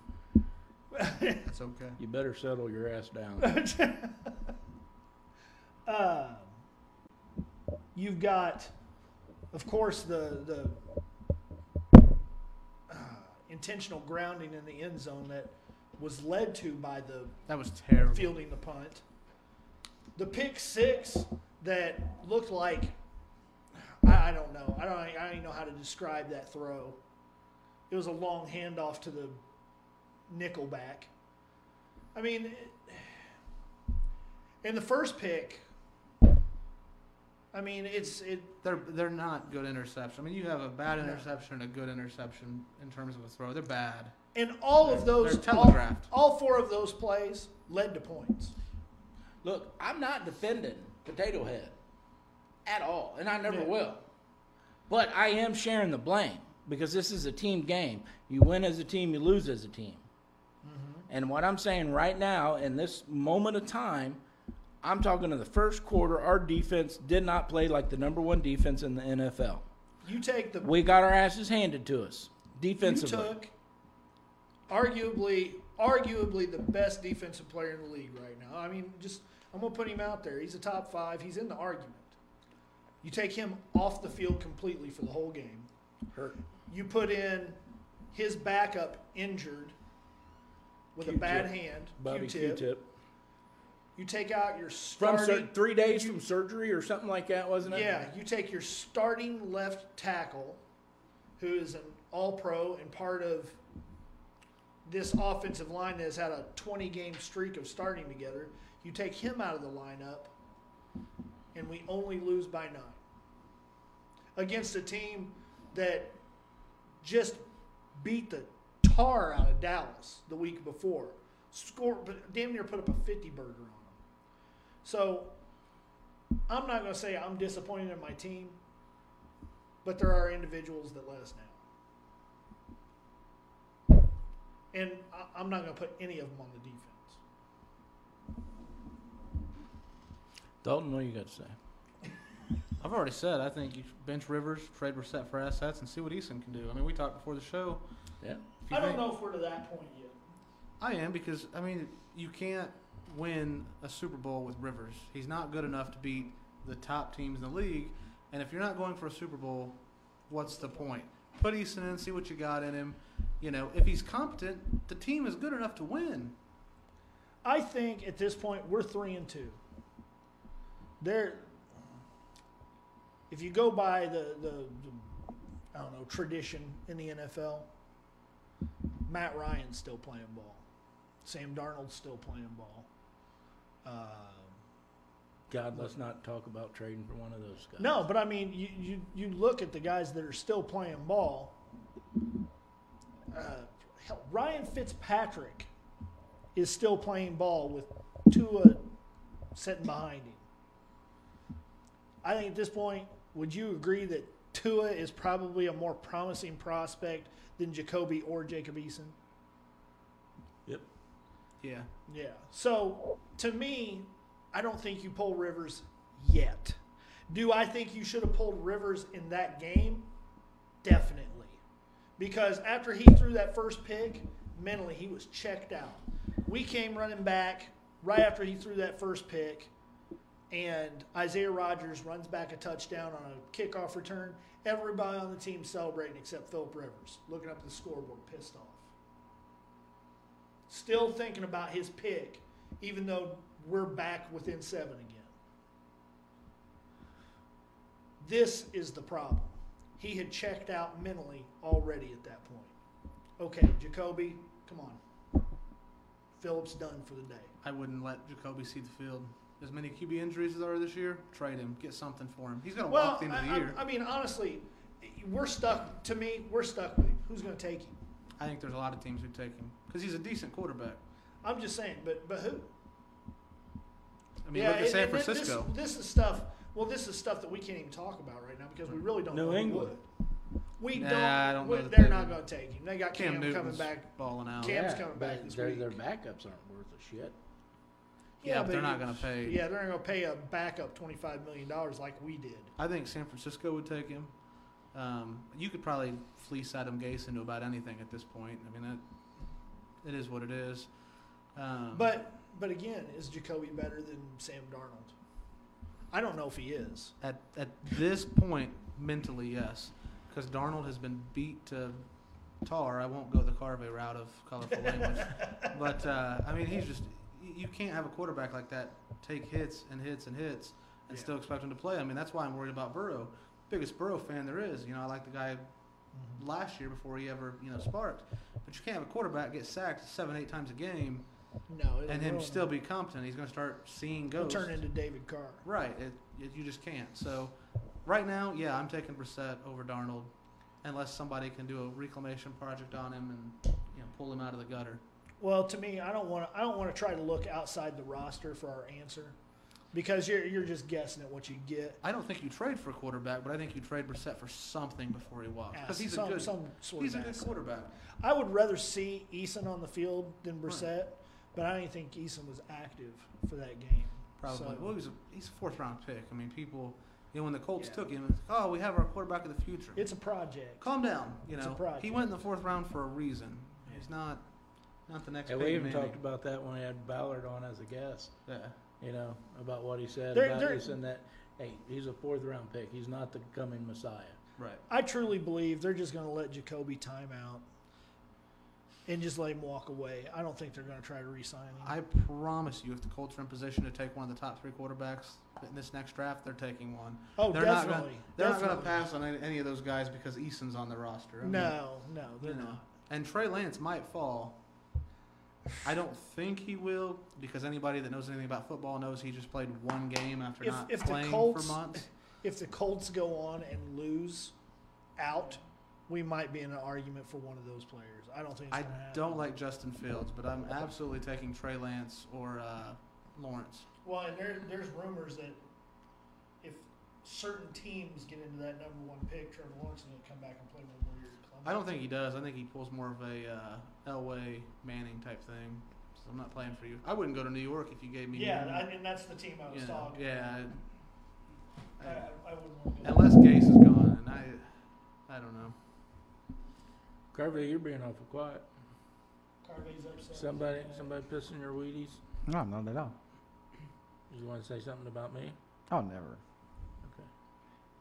Speaker 3: It's okay.
Speaker 1: You better settle your ass down.
Speaker 2: Um, you've got, of course, the the uh, intentional grounding in the end zone that was led to by the
Speaker 3: That was terrible.
Speaker 2: fielding the punt. The pick six that looked like I, I don't know. I don't I don't even know how to describe that throw. It was a long handoff to the nickelback. I mean, in the first pick, I mean it's it.
Speaker 3: They're they're not good interception. I mean, you have a bad interception and a good interception in terms of a throw. They're bad.
Speaker 2: And all of
Speaker 3: They're-
Speaker 2: those,
Speaker 3: they're
Speaker 2: all-
Speaker 3: telegraphed.
Speaker 2: all four of those plays led to points.
Speaker 1: Look, I'm not defending Potato Head at all, and I never
Speaker 2: Yeah.
Speaker 1: will. But I am sharing the blame because this is a team game. You win as a team, you lose as a
Speaker 2: Mm-hmm.
Speaker 1: team. And what I'm saying right now, in this moment of time, I'm talking in the first quarter. Our defense did not play like the number one defense in the NFL.
Speaker 2: You take the
Speaker 1: We got our asses handed to us
Speaker 2: you
Speaker 1: defensively.
Speaker 2: took arguably arguably the best defensive player in the league right now. I mean, just I'm gonna put him out there. He's a top five. He's in the argument. You take him off the field completely for the whole game.
Speaker 1: Hurt.
Speaker 2: You put in his backup injured with a bad
Speaker 1: Q-tip.
Speaker 2: hand,
Speaker 1: Bobby
Speaker 2: Q-tip.
Speaker 1: Q-tip.
Speaker 2: You take out your
Speaker 1: From
Speaker 2: starting
Speaker 1: sur- three days from surgery or something like that, wasn't it?
Speaker 2: Yeah, you take your starting left tackle, who is an all pro and part of this offensive line that has had a 20 game streak of starting together. You take him out of the lineup, and we only lose by nine against a team that just beat the tar out of Dallas the week before. Score, but damn near put up a 50 burger on them. So I'm not going to say I'm disappointed in my team, but there are individuals that let us down. And I, I'm not going to put any of them on the defense.
Speaker 1: Dalton, what you got to say?
Speaker 3: I've already said I think you bench Rivers, trade Brissett for assets, and see what Eason can do. I mean, we talked before the show.
Speaker 1: Yeah.
Speaker 3: If you
Speaker 2: I don't
Speaker 3: think-
Speaker 2: know if we're to that point yet.
Speaker 3: I am because I mean you can't win a Super Bowl with Rivers. He's not good enough to beat the top teams in the league. And if you're not going for a Super Bowl, what's the point? Put Easton in, see what you got in him. You know, if he's competent, the team is good enough to win.
Speaker 2: I think at this point we're three and two. There, if you go by the, the the I don't know tradition in the NFL, Matt Ryan's still playing ball, Sam Darnold's still playing ball. Um,
Speaker 1: God, let's not talk about trading for one of those guys.
Speaker 2: no, but I mean, you, you, you look at the guys that are still playing ball. Uh, hell, Ryan Fitzpatrick is still playing ball with Tua sitting behind him. I think at this point, would you agree that Tua is probably a more promising prospect than Jacoby or Jacob Eason?
Speaker 1: Yep.
Speaker 3: Yeah.
Speaker 2: Yeah. So to me, I don't think you pull Rivers yet. Do I think you should have pulled Rivers in that game? Definitely. Because after he threw that first pick, mentally he was checked out. We came running back right after he threw that first pick, and Isaiah Rogers runs back a touchdown on a kickoff return. Everybody on the team celebrating except Philip Rivers, looking up at the scoreboard, pissed off still thinking about his pick, even though we're back within seven again. This is the problem. He had checked out mentally already at that point. Okay, Jacoby, come on. Phillips done for the day.
Speaker 3: I wouldn't let Jacoby see the field. As many QB injuries as there are this year, trade him. Get something for him. He's gonna
Speaker 2: Well,
Speaker 3: walk the end of the
Speaker 2: I,
Speaker 3: year.
Speaker 2: I, I mean, honestly, we're stuck. To me, we're stuck with him. Who's going to take him?
Speaker 3: I think there's a lot of teams who take him because he's a decent quarterback.
Speaker 2: I'm just saying, but but who?
Speaker 3: I mean, look at
Speaker 2: and-
Speaker 3: San
Speaker 2: and this-
Speaker 3: Francisco.
Speaker 2: This, is stuff. Well, this is stuff that we can't even talk about right now because we really don't.
Speaker 1: New
Speaker 2: know who
Speaker 1: England.
Speaker 2: would. We
Speaker 3: Nah,
Speaker 2: don't.
Speaker 3: I don't
Speaker 2: we-
Speaker 3: know that
Speaker 2: they're
Speaker 3: they
Speaker 2: not
Speaker 3: would.
Speaker 2: going to take him. They got
Speaker 3: Cam
Speaker 2: Cam, coming
Speaker 3: Newton's
Speaker 2: back.
Speaker 3: balling out.
Speaker 2: Cam's coming back
Speaker 1: but
Speaker 2: this
Speaker 1: Oh, their,
Speaker 2: week.
Speaker 1: Their backups aren't worth a shit.
Speaker 3: Yeah, but they're not
Speaker 2: you-
Speaker 3: gonna pay.
Speaker 2: Yeah, they're not going to pay a backup twenty five million dollars like we did.
Speaker 3: I think San Francisco would take him. Um, you could probably fleece Adam Gase into about anything at this point. I mean, that it is what it is. Um,
Speaker 2: But but again, is Jacoby better than Sam Darnold? I don't know if he is.
Speaker 3: at at this point, mentally, yes, because Darnold has been beat to tar. I won't go the Carve route of colorful language, but uh, I mean, he's just y- you can't have a quarterback like that take hits and hits and hits and
Speaker 2: Yeah.
Speaker 3: still expect him to play. I mean, that's why I'm worried about Burrow. Biggest Burrow fan there is. You know, I like the guy last year before he ever you know sparked. But you can't have a quarterback get sacked seven eight times a game
Speaker 2: No, it'll
Speaker 3: and him
Speaker 2: ruin
Speaker 3: still
Speaker 2: him.
Speaker 3: be competent. He's going to start seeing
Speaker 2: He'll
Speaker 3: ghosts.
Speaker 2: turn into David Carr.
Speaker 3: Right. It, it, you just can't. So, right now, yeah, I'm taking Brissett over Darnold, unless somebody can do a reclamation project on him and you know, pull him out of the gutter.
Speaker 2: Well, to me, I don't want to. I don't want to try to look outside the roster for our answer, because you're you're just guessing at what you get.
Speaker 3: I don't think you trade for a quarterback, but I think you trade Brissett for something before he walks because he's
Speaker 2: some,
Speaker 3: a good
Speaker 2: some sort
Speaker 3: he's a
Speaker 2: of
Speaker 3: good
Speaker 2: asset.
Speaker 3: quarterback.
Speaker 2: I would rather see Eason on the field than Brissett, but I didn't think Eason was active for that game.
Speaker 3: Probably.
Speaker 2: So-
Speaker 3: well, he was a, he's a fourth round pick. I mean, people, you know, when the Colts
Speaker 2: Yeah.
Speaker 3: took him, it's, oh, we have our quarterback of the future.
Speaker 2: It's a project.
Speaker 3: Calm down. You
Speaker 2: It's a
Speaker 3: know,
Speaker 2: project.
Speaker 3: he went in the fourth round for a reason. He's not, not the next.
Speaker 1: And we
Speaker 3: Peyton
Speaker 1: even
Speaker 3: Manning.
Speaker 1: talked about that when we had Ballard on as a guest.
Speaker 3: Yeah.
Speaker 1: You know about what he said
Speaker 2: They're-
Speaker 1: about
Speaker 2: they're-
Speaker 1: this and that. Hey, he's a fourth round pick. He's not the coming Messiah.
Speaker 3: Right.
Speaker 2: I truly believe they're just going to let Jacoby time out and just let him walk away. I don't think they're going to try to re-sign him.
Speaker 3: I promise you, if the Colts are in position to take one of the top three quarterbacks in this next draft, they're taking one.
Speaker 2: oh,
Speaker 3: they're
Speaker 2: definitely.
Speaker 3: Not gonna, they're not
Speaker 2: definitely.
Speaker 3: going to pass on any, any of those guys because Eason's on the roster. I mean,
Speaker 2: No, no,
Speaker 3: you
Speaker 2: they're
Speaker 3: know.
Speaker 2: not.
Speaker 3: And Trey Lance might fall. I don't think he will because anybody that knows anything about football knows he just played one game after
Speaker 2: If-
Speaker 3: not
Speaker 2: if the
Speaker 3: playing
Speaker 2: Colts-
Speaker 3: for months.
Speaker 2: If the Colts go on and lose out, we might be in an argument for one of those players. I don't think. It's
Speaker 3: I
Speaker 2: gonna happen.
Speaker 3: don't like Justin Fields, but I'm absolutely taking Trey Lance or uh, Lawrence.
Speaker 2: Well, and there, there's rumors that if certain teams get into that number one pick, Trevor Lawrence is going to come back and play one more year. at Clemson.
Speaker 3: I don't think he does. I think he pulls more of a uh, Elway Manning type thing. So I'm not playing for you. I wouldn't go to New York if you gave me.
Speaker 2: Yeah,
Speaker 3: New
Speaker 2: I,
Speaker 3: York.
Speaker 2: and that's the team I was
Speaker 3: You know,
Speaker 2: talking.
Speaker 3: yeah. I- I-
Speaker 2: about. I, I wouldn't want to go.
Speaker 3: unless Gase is gone, and I, I don't know.
Speaker 1: Carver, you're being awful quiet.
Speaker 2: Carvey's upset.
Speaker 1: Somebody,
Speaker 2: Yeah.
Speaker 1: somebody pissing your Wheaties.
Speaker 4: No, not at all.
Speaker 1: You want to say something about me?
Speaker 4: Oh, never.
Speaker 1: Okay.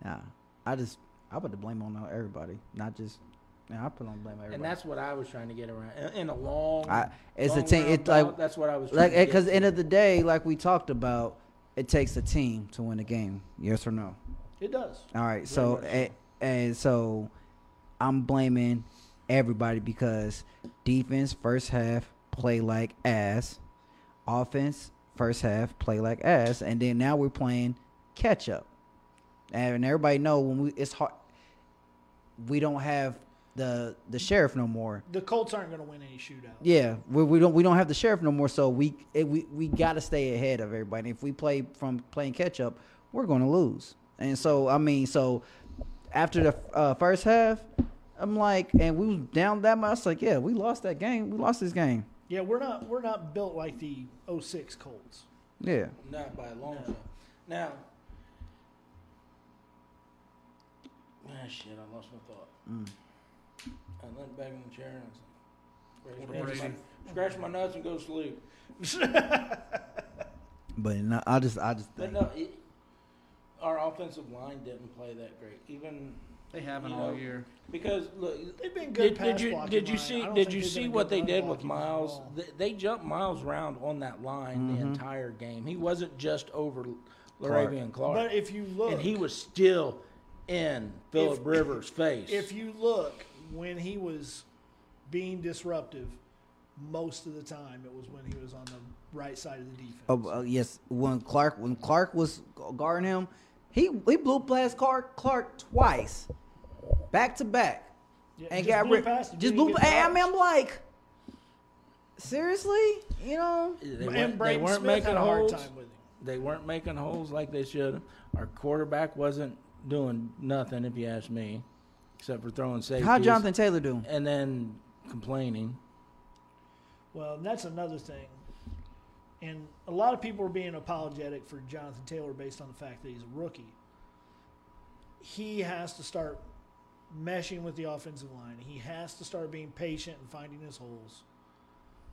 Speaker 4: Nah, I just I put the blame on everybody, not just. Nah, I put on blame everybody.
Speaker 1: And that's what I was trying to get around in, in a long.
Speaker 4: I, it's a
Speaker 1: long
Speaker 4: team. It's like
Speaker 1: roundabout, that's what I was.
Speaker 4: like
Speaker 1: trying to get
Speaker 4: eh, because
Speaker 1: to.
Speaker 4: end of the day, like we talked about, it takes a team to win a game. Yes or no?
Speaker 1: it does.
Speaker 4: All right. So
Speaker 1: much.
Speaker 4: and, and so, I'm blaming everybody because defense first half play like ass, offense first half play like ass, and then now we're playing catch up. And everybody know when we it's hard. We don't have the the sheriff no more.
Speaker 2: The Colts aren't going to win any shootout.
Speaker 4: Yeah, we, we don't we don't have the sheriff no more. So we it, we we got to stay ahead of everybody. If we play from playing catch up, we're going to lose. And so I mean, so after the uh, first half, I'm like, and we was down that much. I was like, yeah, we lost that game. We lost this game.
Speaker 2: Yeah, we're not we're not built like the 06 Colts.
Speaker 4: Yeah,
Speaker 1: Not by a long shot. Now, ah, shit, I lost my thought.
Speaker 4: Mm.
Speaker 1: I leant back in the chair and I was
Speaker 3: What
Speaker 1: like,
Speaker 3: a
Speaker 1: scratch
Speaker 3: Brady.
Speaker 1: my, scratch my nuts and go to sleep.
Speaker 4: but no, I just I just
Speaker 1: But
Speaker 4: think,
Speaker 1: no, it, our offensive line didn't play that great. Even
Speaker 3: They haven't
Speaker 1: You
Speaker 3: all
Speaker 1: know,
Speaker 3: year.
Speaker 1: because look,
Speaker 2: They've been good.
Speaker 1: did,
Speaker 2: pass
Speaker 1: did you
Speaker 2: blocking
Speaker 1: did you
Speaker 2: line. I
Speaker 1: see
Speaker 2: don't
Speaker 1: did
Speaker 2: think
Speaker 1: you
Speaker 2: they've
Speaker 1: see
Speaker 2: been a
Speaker 1: what
Speaker 2: good
Speaker 1: they
Speaker 2: run
Speaker 1: did with
Speaker 2: blocking at
Speaker 1: Miles?
Speaker 2: all.
Speaker 1: They, they jumped Miles round on that line the
Speaker 4: Mhm.
Speaker 3: Mm-hmm.
Speaker 1: entire game. He wasn't just over
Speaker 4: Clark.
Speaker 1: Laravian Clark,
Speaker 2: But if you look,
Speaker 1: and he was still in Philip
Speaker 2: If-
Speaker 1: Rivers' face.
Speaker 2: if you look when he was being disruptive, most of the time it was when he was on the right side of the defense.
Speaker 4: oh, uh, yes, when Clark when Clark was guarding him, he he blew past Clark Clark twice, back to back.
Speaker 2: Yeah,
Speaker 4: and
Speaker 2: just
Speaker 4: got
Speaker 2: blew
Speaker 4: ripped.
Speaker 2: past him,
Speaker 4: Just
Speaker 2: didn't
Speaker 4: blew.
Speaker 2: get
Speaker 4: Hey, I
Speaker 2: touched.
Speaker 4: mean, I'm like, seriously, you know?
Speaker 1: they,
Speaker 2: and
Speaker 1: weren't, they
Speaker 2: Braden
Speaker 1: weren't
Speaker 2: Smith
Speaker 1: making
Speaker 2: had a hard
Speaker 1: holes.
Speaker 2: time with him.
Speaker 1: They weren't making holes like they should. have. Our quarterback wasn't doing nothing, if you ask me, except for throwing safeties.
Speaker 4: How Jonathan Taylor do?
Speaker 1: and then complaining.
Speaker 2: Well, and that's another thing. And a lot of people are being apologetic for Jonathan Taylor based on the fact that he's a rookie. He has to start meshing with the offensive line. He has to start being patient and finding his holes.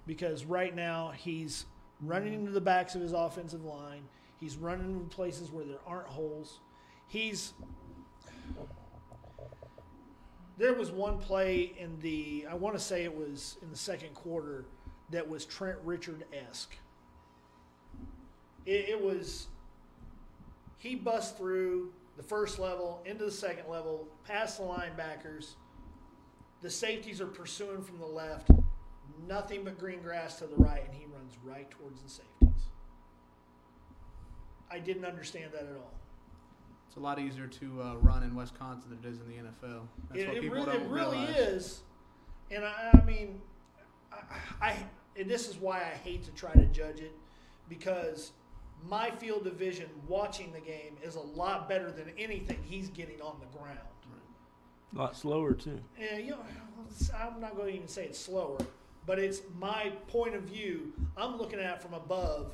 Speaker 2: Because right now he's running into the backs of his offensive line. He's running into places where there aren't holes. He's there was one play in the I want to say it was in the second quarter that was Trent Richard esque. It, it was he bust through the first level into the second level, past the linebackers. The safeties are pursuing from the left, nothing but green grass to the right, and he runs right towards the safeties. I didn't understand that at all.
Speaker 3: It's a lot easier to uh, run in Wisconsin than it is in the NFL. That's
Speaker 2: It,
Speaker 3: what
Speaker 2: it
Speaker 3: people
Speaker 2: really,
Speaker 3: don't
Speaker 2: it really
Speaker 3: realize.
Speaker 2: is, and I, I mean, I, I and this is why I hate to try to judge it because my field of vision watching the game is a lot better than anything he's getting on the ground.
Speaker 1: A lot slower too.
Speaker 2: And you know, it's- I'm not going to even say it's slower, but it's my point of view. I'm looking at it from above,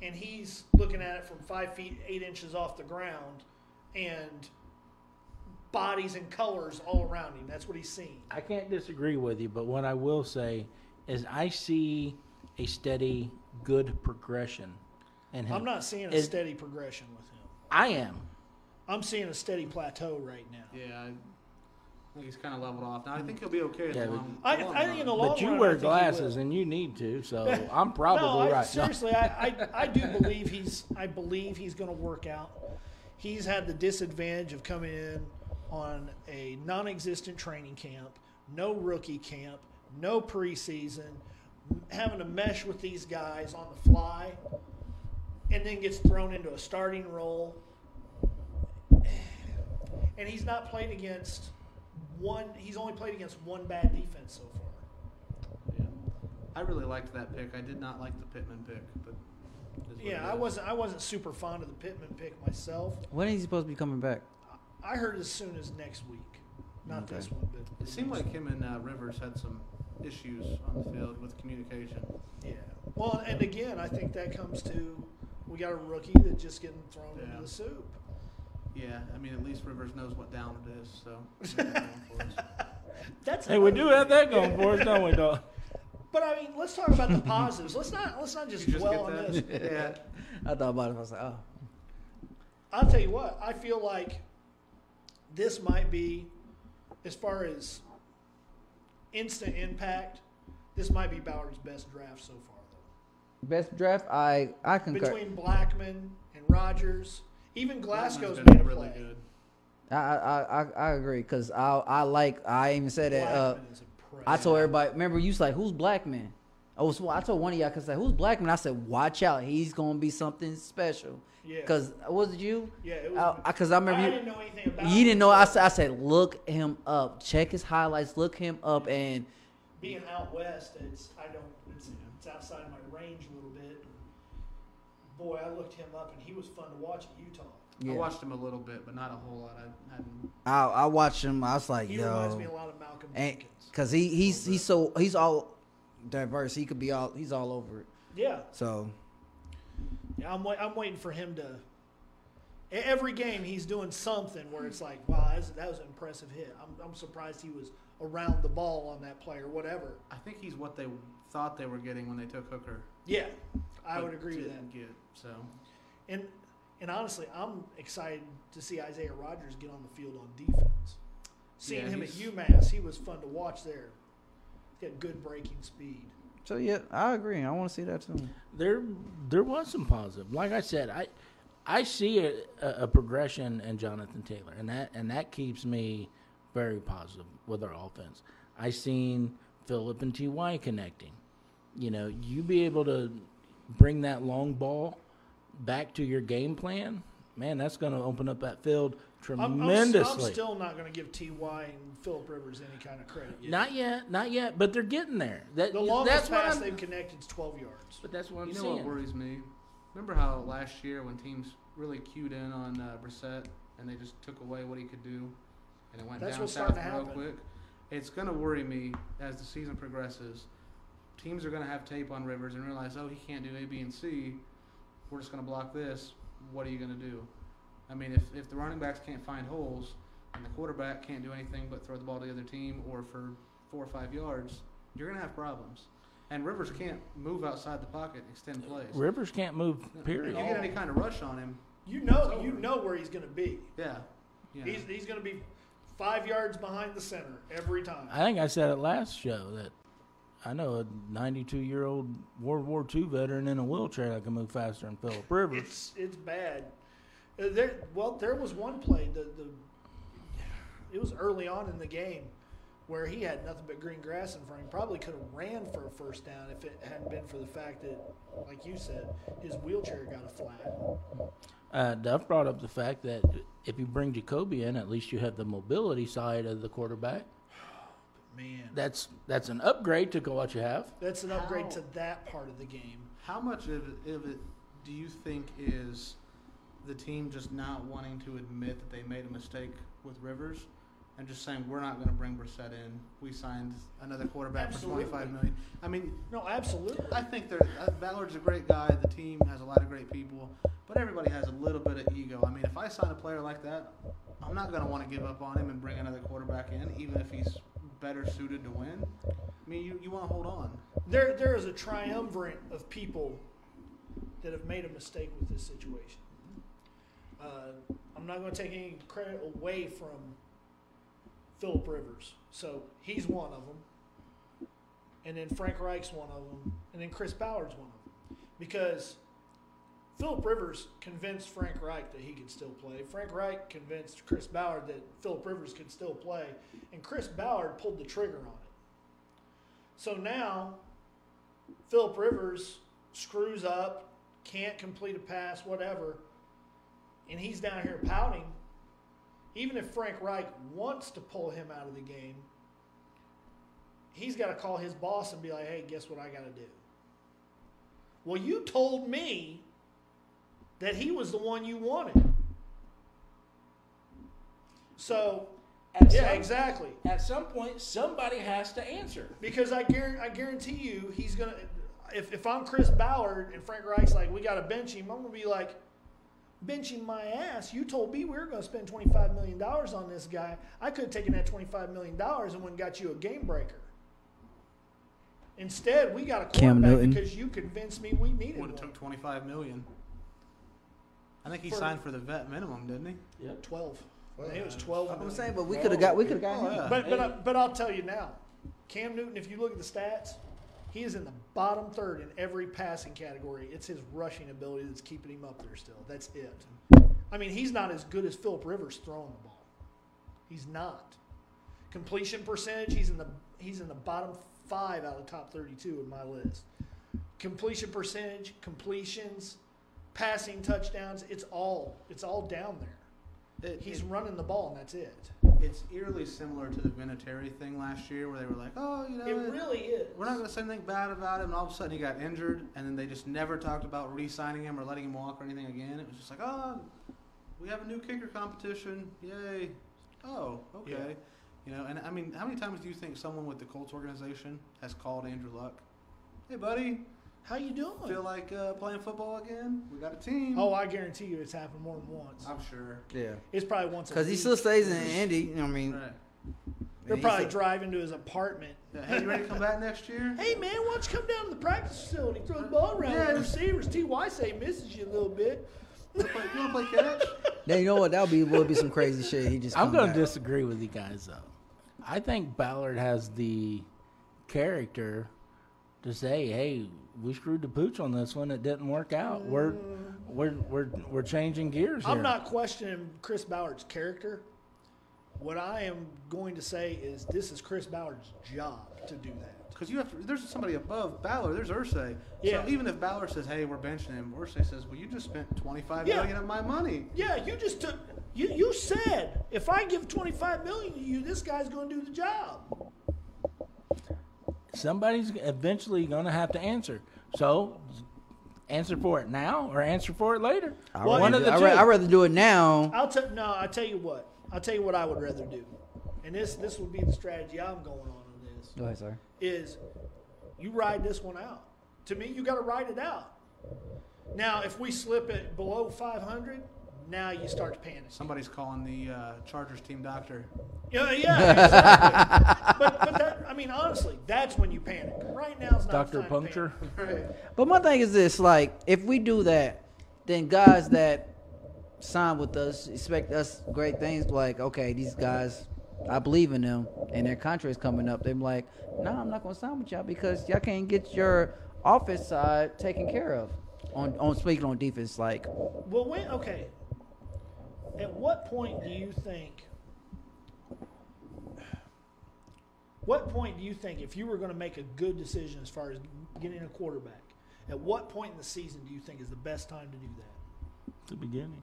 Speaker 2: and he's looking at it from five feet eight inches off the ground, and bodies and colors all around him. That's what he's seeing.
Speaker 1: I can't disagree with you, but what I will say is I see a steady, good progression in him.
Speaker 2: I'm not seeing a
Speaker 1: It-
Speaker 2: steady progression with him.
Speaker 1: I am.
Speaker 2: I'm seeing a steady plateau right now.
Speaker 3: Yeah, I think he's kind of leveled off. Now I think he'll be okay. in
Speaker 1: Yeah,
Speaker 3: the
Speaker 1: but-
Speaker 3: long,
Speaker 2: I-
Speaker 3: long
Speaker 2: I think in the
Speaker 3: run.
Speaker 2: long
Speaker 1: But you
Speaker 2: run, I
Speaker 1: wear
Speaker 2: think he
Speaker 1: glasses
Speaker 2: will.
Speaker 1: and you need to, so I'm probably
Speaker 2: no, I,
Speaker 1: right.
Speaker 2: seriously, I, I, I do believe he's I believe he's going to work out. He's had the disadvantage of coming in on a non-existent training camp, no rookie camp, no preseason, having to mesh with these guys on the fly, and then gets thrown into a starting role. And he's not played against one. He's only played against one bad defense so far.
Speaker 3: Yeah. I really liked that pick. I did not like the Pittman pick, but it is what
Speaker 2: Yeah,
Speaker 3: it
Speaker 2: I
Speaker 3: is.
Speaker 2: wasn't I wasn't super fond of the Pittman pick myself.
Speaker 5: When is he supposed to be coming back?
Speaker 2: I heard as soon as next week, not
Speaker 5: Okay.
Speaker 2: this one, but
Speaker 3: It seemed like him and uh, Rivers had some issues on the field with communication.
Speaker 2: yeah. Well, and again, I think that comes to we got a rookie that's just getting thrown
Speaker 3: Yeah.
Speaker 2: into the soup.
Speaker 3: Yeah, I mean at least Rivers knows what down it is, so. he's got that going for us.
Speaker 2: That's
Speaker 1: hey, we
Speaker 2: another
Speaker 1: do have that
Speaker 2: thing.
Speaker 1: going for us, don't we, dog?
Speaker 2: But I mean, let's talk about the positives. Let's not let's not just
Speaker 3: You just
Speaker 2: dwell
Speaker 3: get
Speaker 2: on
Speaker 3: that?
Speaker 2: this.
Speaker 3: Yeah.
Speaker 5: I thought about it. I was like, oh,
Speaker 2: I'll tell you what, I feel like this might be, as far as instant impact, this might be Ballard's best draft so far, though.
Speaker 5: best draft. I I concur.
Speaker 2: between Blackman and Rogers. Even Glasgow's
Speaker 3: Blackman's
Speaker 2: made a
Speaker 3: been really
Speaker 2: play.
Speaker 3: good.
Speaker 5: I I I, I agree because I I like I even said that. Uh,
Speaker 2: Blackman is impressive.
Speaker 5: I told everybody. Remember, you was like, "Who's black man?" Oh, so I told one of y'all because like, "Who's black man?" I said, "Watch out, he's gonna be something special."
Speaker 2: Yeah.
Speaker 5: Because was it you?
Speaker 2: Yeah, it was. I,
Speaker 5: Because I, remember you.
Speaker 2: didn't know anything about.
Speaker 5: you didn't
Speaker 2: him
Speaker 5: know. I said, I said, look him up. Check his highlights. Look him up. And
Speaker 2: being out west. It's I don't. It's, it's outside my range a little bit. Boy, I looked him up, and he was fun to watch at Utah.
Speaker 5: yeah,
Speaker 3: I watched him a little bit, but not a whole lot. I hadn't.
Speaker 5: I, I watched him. I was like,
Speaker 2: He
Speaker 5: yo,
Speaker 2: reminds me a lot of Malcolm
Speaker 5: and
Speaker 2: Jenkins.
Speaker 5: because he he's he's so he's all diverse. He could be all he's all over it.
Speaker 2: Yeah,
Speaker 5: So
Speaker 2: yeah. I'm wait, I'm waiting for him to. e- Every game he's doing something where it's like, wow, that's- that was an impressive hit. I'm, I'm surprised he was around the ball on that play or whatever.
Speaker 3: I think he's what they thought they were getting when they took Hooker.
Speaker 2: Yeah, I
Speaker 3: but
Speaker 2: would agree with that.
Speaker 3: didn't Get so.
Speaker 2: And and honestly, I'm excited to see Isaiah Rogers get on the field on defense. Seeing
Speaker 3: Yeah,
Speaker 2: him at
Speaker 3: he's-
Speaker 2: UMass, he was fun to watch there. He's got good breaking speed.
Speaker 5: so yeah, I agree. I want to see that too.
Speaker 1: there there was some positive. Like I said, I I see a, a, a progression in Jonathan Taylor, and that and that keeps me very positive with our offense. I seen Phillip and Ty connecting. You know, you be able to bring that long ball back to your game plan. Man, that's going to open up that field
Speaker 2: I'm, I'm, s-
Speaker 1: tremendously.
Speaker 2: I'm still not going to give Ty and Philip Rivers any kind of credit. Yet.
Speaker 1: Not yet, not yet, but they're getting there. That,
Speaker 2: the longest
Speaker 1: that's what
Speaker 2: pass
Speaker 1: I'm,
Speaker 2: they've connected is 12 yards.
Speaker 1: but that's what I'm
Speaker 3: You know
Speaker 1: seeing.
Speaker 3: what worries me? Remember how last year when teams really cued in on uh, Brissett and they just took away what he could do, and it went
Speaker 2: That's
Speaker 3: down
Speaker 2: what's
Speaker 3: south
Speaker 2: starting to
Speaker 3: real
Speaker 2: happen.
Speaker 3: quick. It's gonna worry me as the season progresses. Teams are gonna have tape on Rivers and realize, oh, he can't do A, B, and C. We're just gonna block this. What are you gonna do? I mean, if if the running backs can't find holes and the quarterback can't do anything but throw the ball to the other team or for four or five yards, you're gonna have problems. And Rivers can't move outside the pocket, and extend plays.
Speaker 1: Rivers can't move. Period.
Speaker 3: If you get any kind of rush on him,
Speaker 2: You know,
Speaker 3: It's
Speaker 2: you
Speaker 3: over.
Speaker 2: know where he's going to be.
Speaker 3: yeah. yeah.
Speaker 2: He's, he's going to be five yards behind the center every time.
Speaker 1: I think I said it last show that I know a 92 year old World War II veteran in a wheelchair that can move faster than Philip Rivers.
Speaker 2: It's it's bad. Uh, There, well, there was one play. The, the it was early on in the game where he had nothing but green grass in front. of him. Probably could have ran for a first down if it hadn't been for the fact that, like you said, his wheelchair got a flat.
Speaker 1: Uh, Duff brought up the fact that if you bring Jacoby in, at least you have the mobility side of the quarterback.
Speaker 2: Man,
Speaker 1: That's that's an upgrade to what you have.
Speaker 2: that's an upgrade
Speaker 3: How?
Speaker 2: to that part of the game.
Speaker 3: How much of it, of it do you think is the team just not wanting to admit that they made a mistake with Rivers and just saying we're not going to bring Brissett in. We signed another quarterback
Speaker 2: Absolutely.
Speaker 3: for 25 million. I mean,
Speaker 2: No, absolutely.
Speaker 3: I think they're, uh, Ballard's a great guy. The team has a lot of great people, but everybody has a little bit of ego. I mean, if I sign a player like that, I'm not going to want to give up on him and bring another quarterback in, even if he's better suited to win. I mean, you, you want to hold on.
Speaker 2: There, there is a triumvirate of people that have made a mistake with this situation. Uh, I'm not going to take any credit away from Philip Rivers, so he's one of them, and then Frank Reich's one of them, and then Chris Ballard's one of them, because Philip Rivers convinced Frank Reich that he could still play. Frank Reich convinced Chris Ballard that Philip Rivers could still play, and Chris Ballard pulled the trigger on it. So now, Philip Rivers screws up, can't complete a pass, whatever, and he's down here pouting. Even if Frank Reich wants to pull him out of the game, he's got to call his boss and be like, hey, guess what I got to do? Well, you told me that he was the one you wanted. So,
Speaker 1: At
Speaker 2: yeah,
Speaker 1: some-
Speaker 2: exactly.
Speaker 1: At some point, somebody has to answer.
Speaker 2: Because I guarantee, I guarantee you, he's gonna. If, if I'm Chris Ballard and Frank Reich's like, we got to bench him, I'm gonna be like, benching my ass. You told me we were gonna spend 25 million dollars on this guy. I could have taken that 25 million dollars and went and got you a game breaker. Instead, we got a
Speaker 5: Cam
Speaker 2: quarterback
Speaker 5: Newton.
Speaker 2: because you convinced me we needed
Speaker 3: Would
Speaker 2: one.
Speaker 3: have took 25 million. I think he
Speaker 2: For-
Speaker 3: signed for the vet minimum, didn't he?
Speaker 1: Yep.
Speaker 2: 12. I think it was
Speaker 3: Well,
Speaker 2: 12.
Speaker 5: I'm
Speaker 2: million.
Speaker 5: saying, but we could have got we could have got
Speaker 3: Oh,
Speaker 5: him.
Speaker 3: yeah.
Speaker 2: But but I, but I'll tell you now, Cam Newton. If you look at the stats, he is in the bottom third in every passing category. It's his rushing ability that's keeping him up there still. That's it. I mean, he's not as good as Philip Rivers throwing the ball. He's not. Completion percentage, he's in the he's in the bottom five out of the top thirty-two in my list. Completion percentage, completions, passing touchdowns, it's all it's all down there.
Speaker 3: It-
Speaker 2: He's
Speaker 3: it-
Speaker 2: running the ball and that's it.
Speaker 3: it's eerily similar to the Vinatieri thing last year, where they were like, "Oh, you know,
Speaker 2: It really is.
Speaker 3: we're not going to say anything bad about him. And all of a sudden, he got injured, and then they just never talked about re-signing him or letting him walk or anything again. It was just like, oh, we have a new kicker competition, yay! Oh, okay.
Speaker 2: Yeah.
Speaker 3: You know, and I mean, how many times do you think someone with the Colts organization has called Andrew Luck? Hey, buddy,
Speaker 2: How you doing?
Speaker 3: feel like uh, playing football again? We got a team.
Speaker 2: Oh, I guarantee you, it's happened more than once.
Speaker 3: I'm sure.
Speaker 5: Yeah,
Speaker 2: It's probably once. a
Speaker 5: because he
Speaker 2: week.
Speaker 5: still stays in Indy. You know what I mean?
Speaker 3: Right.
Speaker 2: They're
Speaker 5: He's
Speaker 2: probably
Speaker 5: still-
Speaker 2: driving to his apartment.
Speaker 3: Yeah, hey, you ready to come back next year?
Speaker 2: Hey man, why don't you come down to the practice facility? Throw the ball around with the receivers. Ty say misses you a little bit.
Speaker 3: You want to play catch?
Speaker 5: Then you know what? That would be would be some crazy shit. He just
Speaker 1: I'm
Speaker 5: come
Speaker 1: going
Speaker 5: back.
Speaker 1: to disagree with you guys, though. I think Ballard has the character to say, "Hey, we screwed the pooch on this one. It didn't work out. We're we're we're we're changing gears here."
Speaker 2: Mm. I'm not questioning Chris Ballard's character. What I am going to say is this is Chris Ballard's job to do that.
Speaker 3: Because you have to, there's somebody above Ballard. There's Ursay.
Speaker 2: Yeah.
Speaker 3: So even if Ballard says, "Hey, we're benching him," Ursay says, "Well, you just spent 25
Speaker 2: Yeah.
Speaker 3: million of my money."
Speaker 2: Yeah, you just took. You, you said if I give 25 million to you, this guy's going to do the job.
Speaker 1: Somebody's eventually going to have to answer. So, answer for it now or answer for it later.
Speaker 5: I
Speaker 2: Well,
Speaker 5: rather
Speaker 1: One
Speaker 5: do-
Speaker 1: of the
Speaker 5: I
Speaker 1: two.
Speaker 5: ra- I'd rather do it now.
Speaker 2: I'll tell no. I tell you what. I'll tell you what I would rather do, and this this would be the strategy I'm going on in this
Speaker 5: Go ahead, sir.
Speaker 2: is you ride this one out. To me, you got to ride it out. Now, if we slip it below 500, now you start to panic.
Speaker 3: Somebody's calling the uh, Chargers team doctor.
Speaker 2: Yeah, yeah, exactly. but, but that, I mean, honestly, that's when you panic. Right now, it's not
Speaker 1: Doctor
Speaker 2: the time to panic.
Speaker 1: Puncture.
Speaker 5: But my thing is this: like, if we do that, then guys that sign with us expect us great things. Like, okay, these guys, I believe in them, and their contract's coming up. They're like, nah, I'm not gonna sign with y'all because y'all can't get your office side taken care of. On on speaking on defense, like,
Speaker 2: Well, when okay. At what point do you think? What point do you think if you were going to make a good decision as far as getting a quarterback? At what point in the season do you think is the best time to do that?
Speaker 1: The beginning.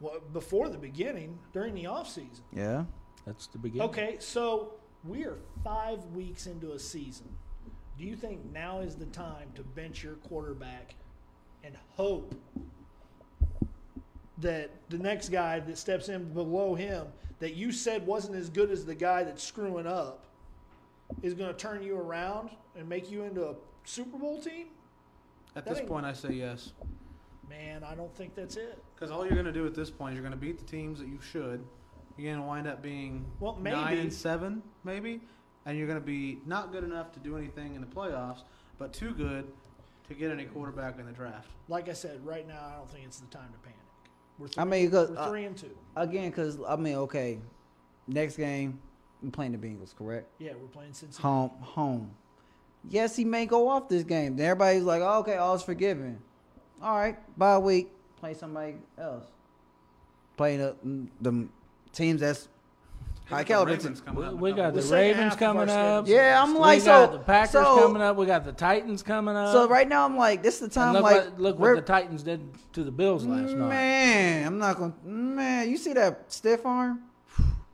Speaker 2: Well, before the beginning, during the off season.
Speaker 5: yeah,
Speaker 1: That's the beginning.
Speaker 2: Okay, so we're five weeks into a season. Do you think now is the time to bench your quarterback and hope that the next guy that steps in below him that you said wasn't as good as the guy that's screwing up is going to turn you around and make you into a Super Bowl team?
Speaker 3: At
Speaker 2: That
Speaker 3: this
Speaker 2: ain't-
Speaker 3: point, I say yes.
Speaker 2: Man, I don't think that's it.
Speaker 3: Because all you're going to do at this point is you're going to beat the teams that you should. You're going to wind up being
Speaker 2: Well,
Speaker 3: nine
Speaker 2: maybe.
Speaker 3: and seven, maybe, and you're going to be not good enough to do anything in the playoffs, but too good to get any quarterback in the draft.
Speaker 2: Like I said, right now I don't think it's the time to panic. We're three,
Speaker 6: I mean, 'cause,
Speaker 2: we're
Speaker 6: uh,
Speaker 2: three and two.
Speaker 6: Again, because, I mean, okay.
Speaker 4: Next game, we playing the Bengals, correct?
Speaker 2: Yeah, we're playing Cincinnati.
Speaker 4: Home, home. Yes, he may go off this game. Then Everybody's like, oh, okay, all's forgiven. All right, bye week. Play somebody else. Play the, the teams that's high
Speaker 3: Look at the
Speaker 4: caliber.
Speaker 3: Ravens coming
Speaker 1: We,
Speaker 3: up in a
Speaker 1: we got
Speaker 3: couple
Speaker 1: the
Speaker 2: The
Speaker 3: weeks.
Speaker 2: second
Speaker 1: Ravens
Speaker 2: half of our
Speaker 1: coming
Speaker 2: schedule.
Speaker 1: up.
Speaker 4: Yeah, I'm like,
Speaker 1: we
Speaker 4: so
Speaker 1: got the Packers
Speaker 4: so,
Speaker 1: coming up. We got the Titans coming up.
Speaker 4: So right now I'm like, this is the
Speaker 1: And
Speaker 4: time
Speaker 1: look
Speaker 4: like
Speaker 1: what, look
Speaker 4: we're-
Speaker 1: what the Titans did to the Bills last night.
Speaker 4: Man, I'm not gonna man, you see that stiff arm?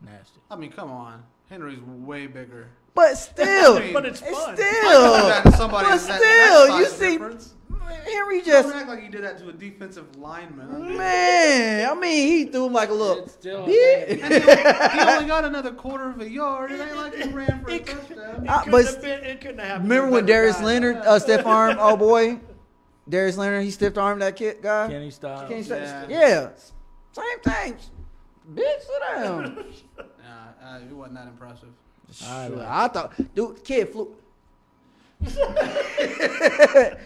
Speaker 1: Nasty.
Speaker 3: I mean, come on. Henry's way bigger.
Speaker 4: But still
Speaker 3: I mean,
Speaker 2: But it's
Speaker 4: it's
Speaker 2: fun.
Speaker 4: still
Speaker 3: That's somebody
Speaker 4: but
Speaker 3: that's that- that
Speaker 4: still, you
Speaker 3: size
Speaker 4: see-
Speaker 3: difference.
Speaker 4: Henry
Speaker 3: Don't
Speaker 4: just
Speaker 3: act like you did that to a defensive lineman. I mean,
Speaker 4: Man, I mean he threw him like a little
Speaker 1: It's still a
Speaker 4: bit.
Speaker 3: and he, only, he only got another quarter of a yard. It ain't like he ran for a
Speaker 2: It-
Speaker 3: touchdown.
Speaker 4: Uh,
Speaker 2: It couldn't
Speaker 4: but-
Speaker 2: have been. It couldn't have happened.
Speaker 4: Remember when
Speaker 2: Better
Speaker 4: Darius
Speaker 2: guy.
Speaker 4: Leonard uh stiff arm, oh boy. Darius Leonard, he stiff armed that kid guy.
Speaker 1: Can he stop?
Speaker 4: Can he say-
Speaker 3: Yeah.
Speaker 4: yeah. Same thing. Bitch, sit down.
Speaker 3: Nah, uh, it wasn't that impressive.
Speaker 1: I
Speaker 4: Sure,
Speaker 1: like-
Speaker 4: I thought, dude, kid flew.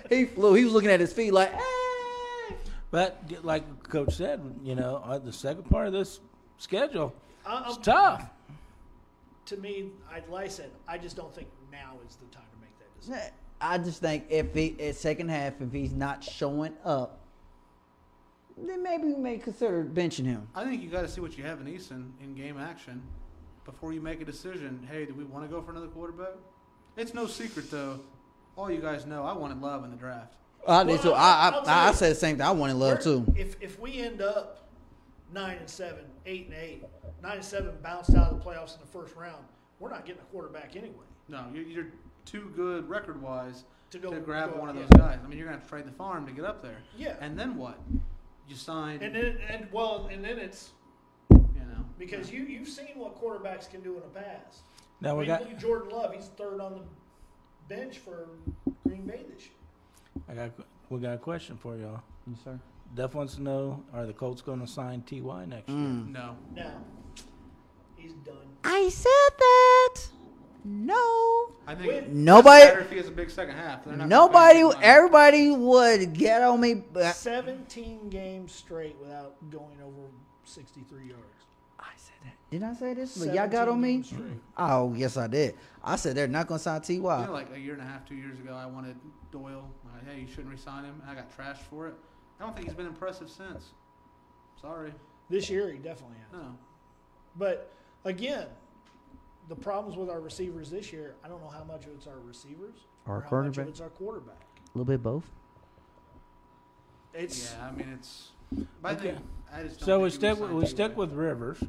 Speaker 4: he flew. He was looking at his feet like, "Ah."
Speaker 1: But d- like Coach said, you know, uh, the second part of this schedule
Speaker 2: I- I'm-
Speaker 1: is tough.
Speaker 2: uh, um, to me, I, like I said, I just don't think now is the time to make that decision.
Speaker 4: I just think if he at second half, if he's not showing up, then maybe we may consider benching him.
Speaker 3: I think you got to see what you have in Eason in game action before you make a decision. Hey, do we want to go for another quarterback? It's no secret though. All you guys know, I wanted Love in the draft.
Speaker 4: I did too.
Speaker 2: Well,
Speaker 4: I
Speaker 2: I'll- I'll
Speaker 4: I,
Speaker 2: tell
Speaker 4: I, I
Speaker 2: you.
Speaker 4: said the same thing. I wanted love
Speaker 2: We're-
Speaker 4: too.
Speaker 2: If if we end up nine and seven, eight and eight, nine and seven bounced out of the playoffs in the first round, we're not getting a quarterback anyway.
Speaker 3: No, you're, you're too good record wise
Speaker 2: To
Speaker 3: to,
Speaker 2: go-
Speaker 3: grab
Speaker 2: go-
Speaker 3: one of
Speaker 2: yeah.
Speaker 3: those guys. I mean, you're gonna have to trade the farm to get up there.
Speaker 2: Yeah.
Speaker 3: And then what? You sign.
Speaker 2: And then and well, and then it's
Speaker 3: you know.
Speaker 2: because you you've seen what quarterbacks can do in the past.
Speaker 1: Now we
Speaker 2: I mean,
Speaker 1: got.
Speaker 2: look at Jordan Love. He's third on the bench for Green Bay this year.
Speaker 1: I got. We got a question for y'all.
Speaker 4: Yes, sir.
Speaker 1: Duff wants to know: Are the Colts going to sign Ty next year?
Speaker 4: Mm.
Speaker 3: No.
Speaker 2: Now he's done.
Speaker 4: I said that. No.
Speaker 3: I think it
Speaker 4: Nobody-
Speaker 3: doesn't matter if he has a big second half. They're not gonna pay
Speaker 4: Nobody.
Speaker 3: him money.
Speaker 4: Everybody would get on me. But
Speaker 2: Seventeen games straight without going over sixty-three yards.
Speaker 4: I said that. Did I say this? But y'all got
Speaker 2: 17
Speaker 4: on me.
Speaker 2: games straight.
Speaker 4: Oh yes, I did. I said they're not gonna sign Ty.
Speaker 3: You know, like a year and a half, two years ago, I wanted Doyle. I'm Like, hey, you shouldn't resign him. And I got trashed for it. I don't think he's been impressive since. Sorry.
Speaker 2: This year he definitely has.
Speaker 3: No.
Speaker 2: But again, the problems with our receivers this year, I don't know how much of it's our receivers or
Speaker 4: Our
Speaker 2: how much
Speaker 4: quarterback.
Speaker 2: of it's our quarterback.
Speaker 4: A little bit both.
Speaker 2: It's
Speaker 3: Yeah, I mean, it's. But I,
Speaker 1: Okay.
Speaker 3: think, I just don't
Speaker 1: So
Speaker 3: think
Speaker 1: we
Speaker 3: he
Speaker 1: stick. With,
Speaker 3: resigns
Speaker 1: we
Speaker 3: Doyle.
Speaker 1: stick with Rivers.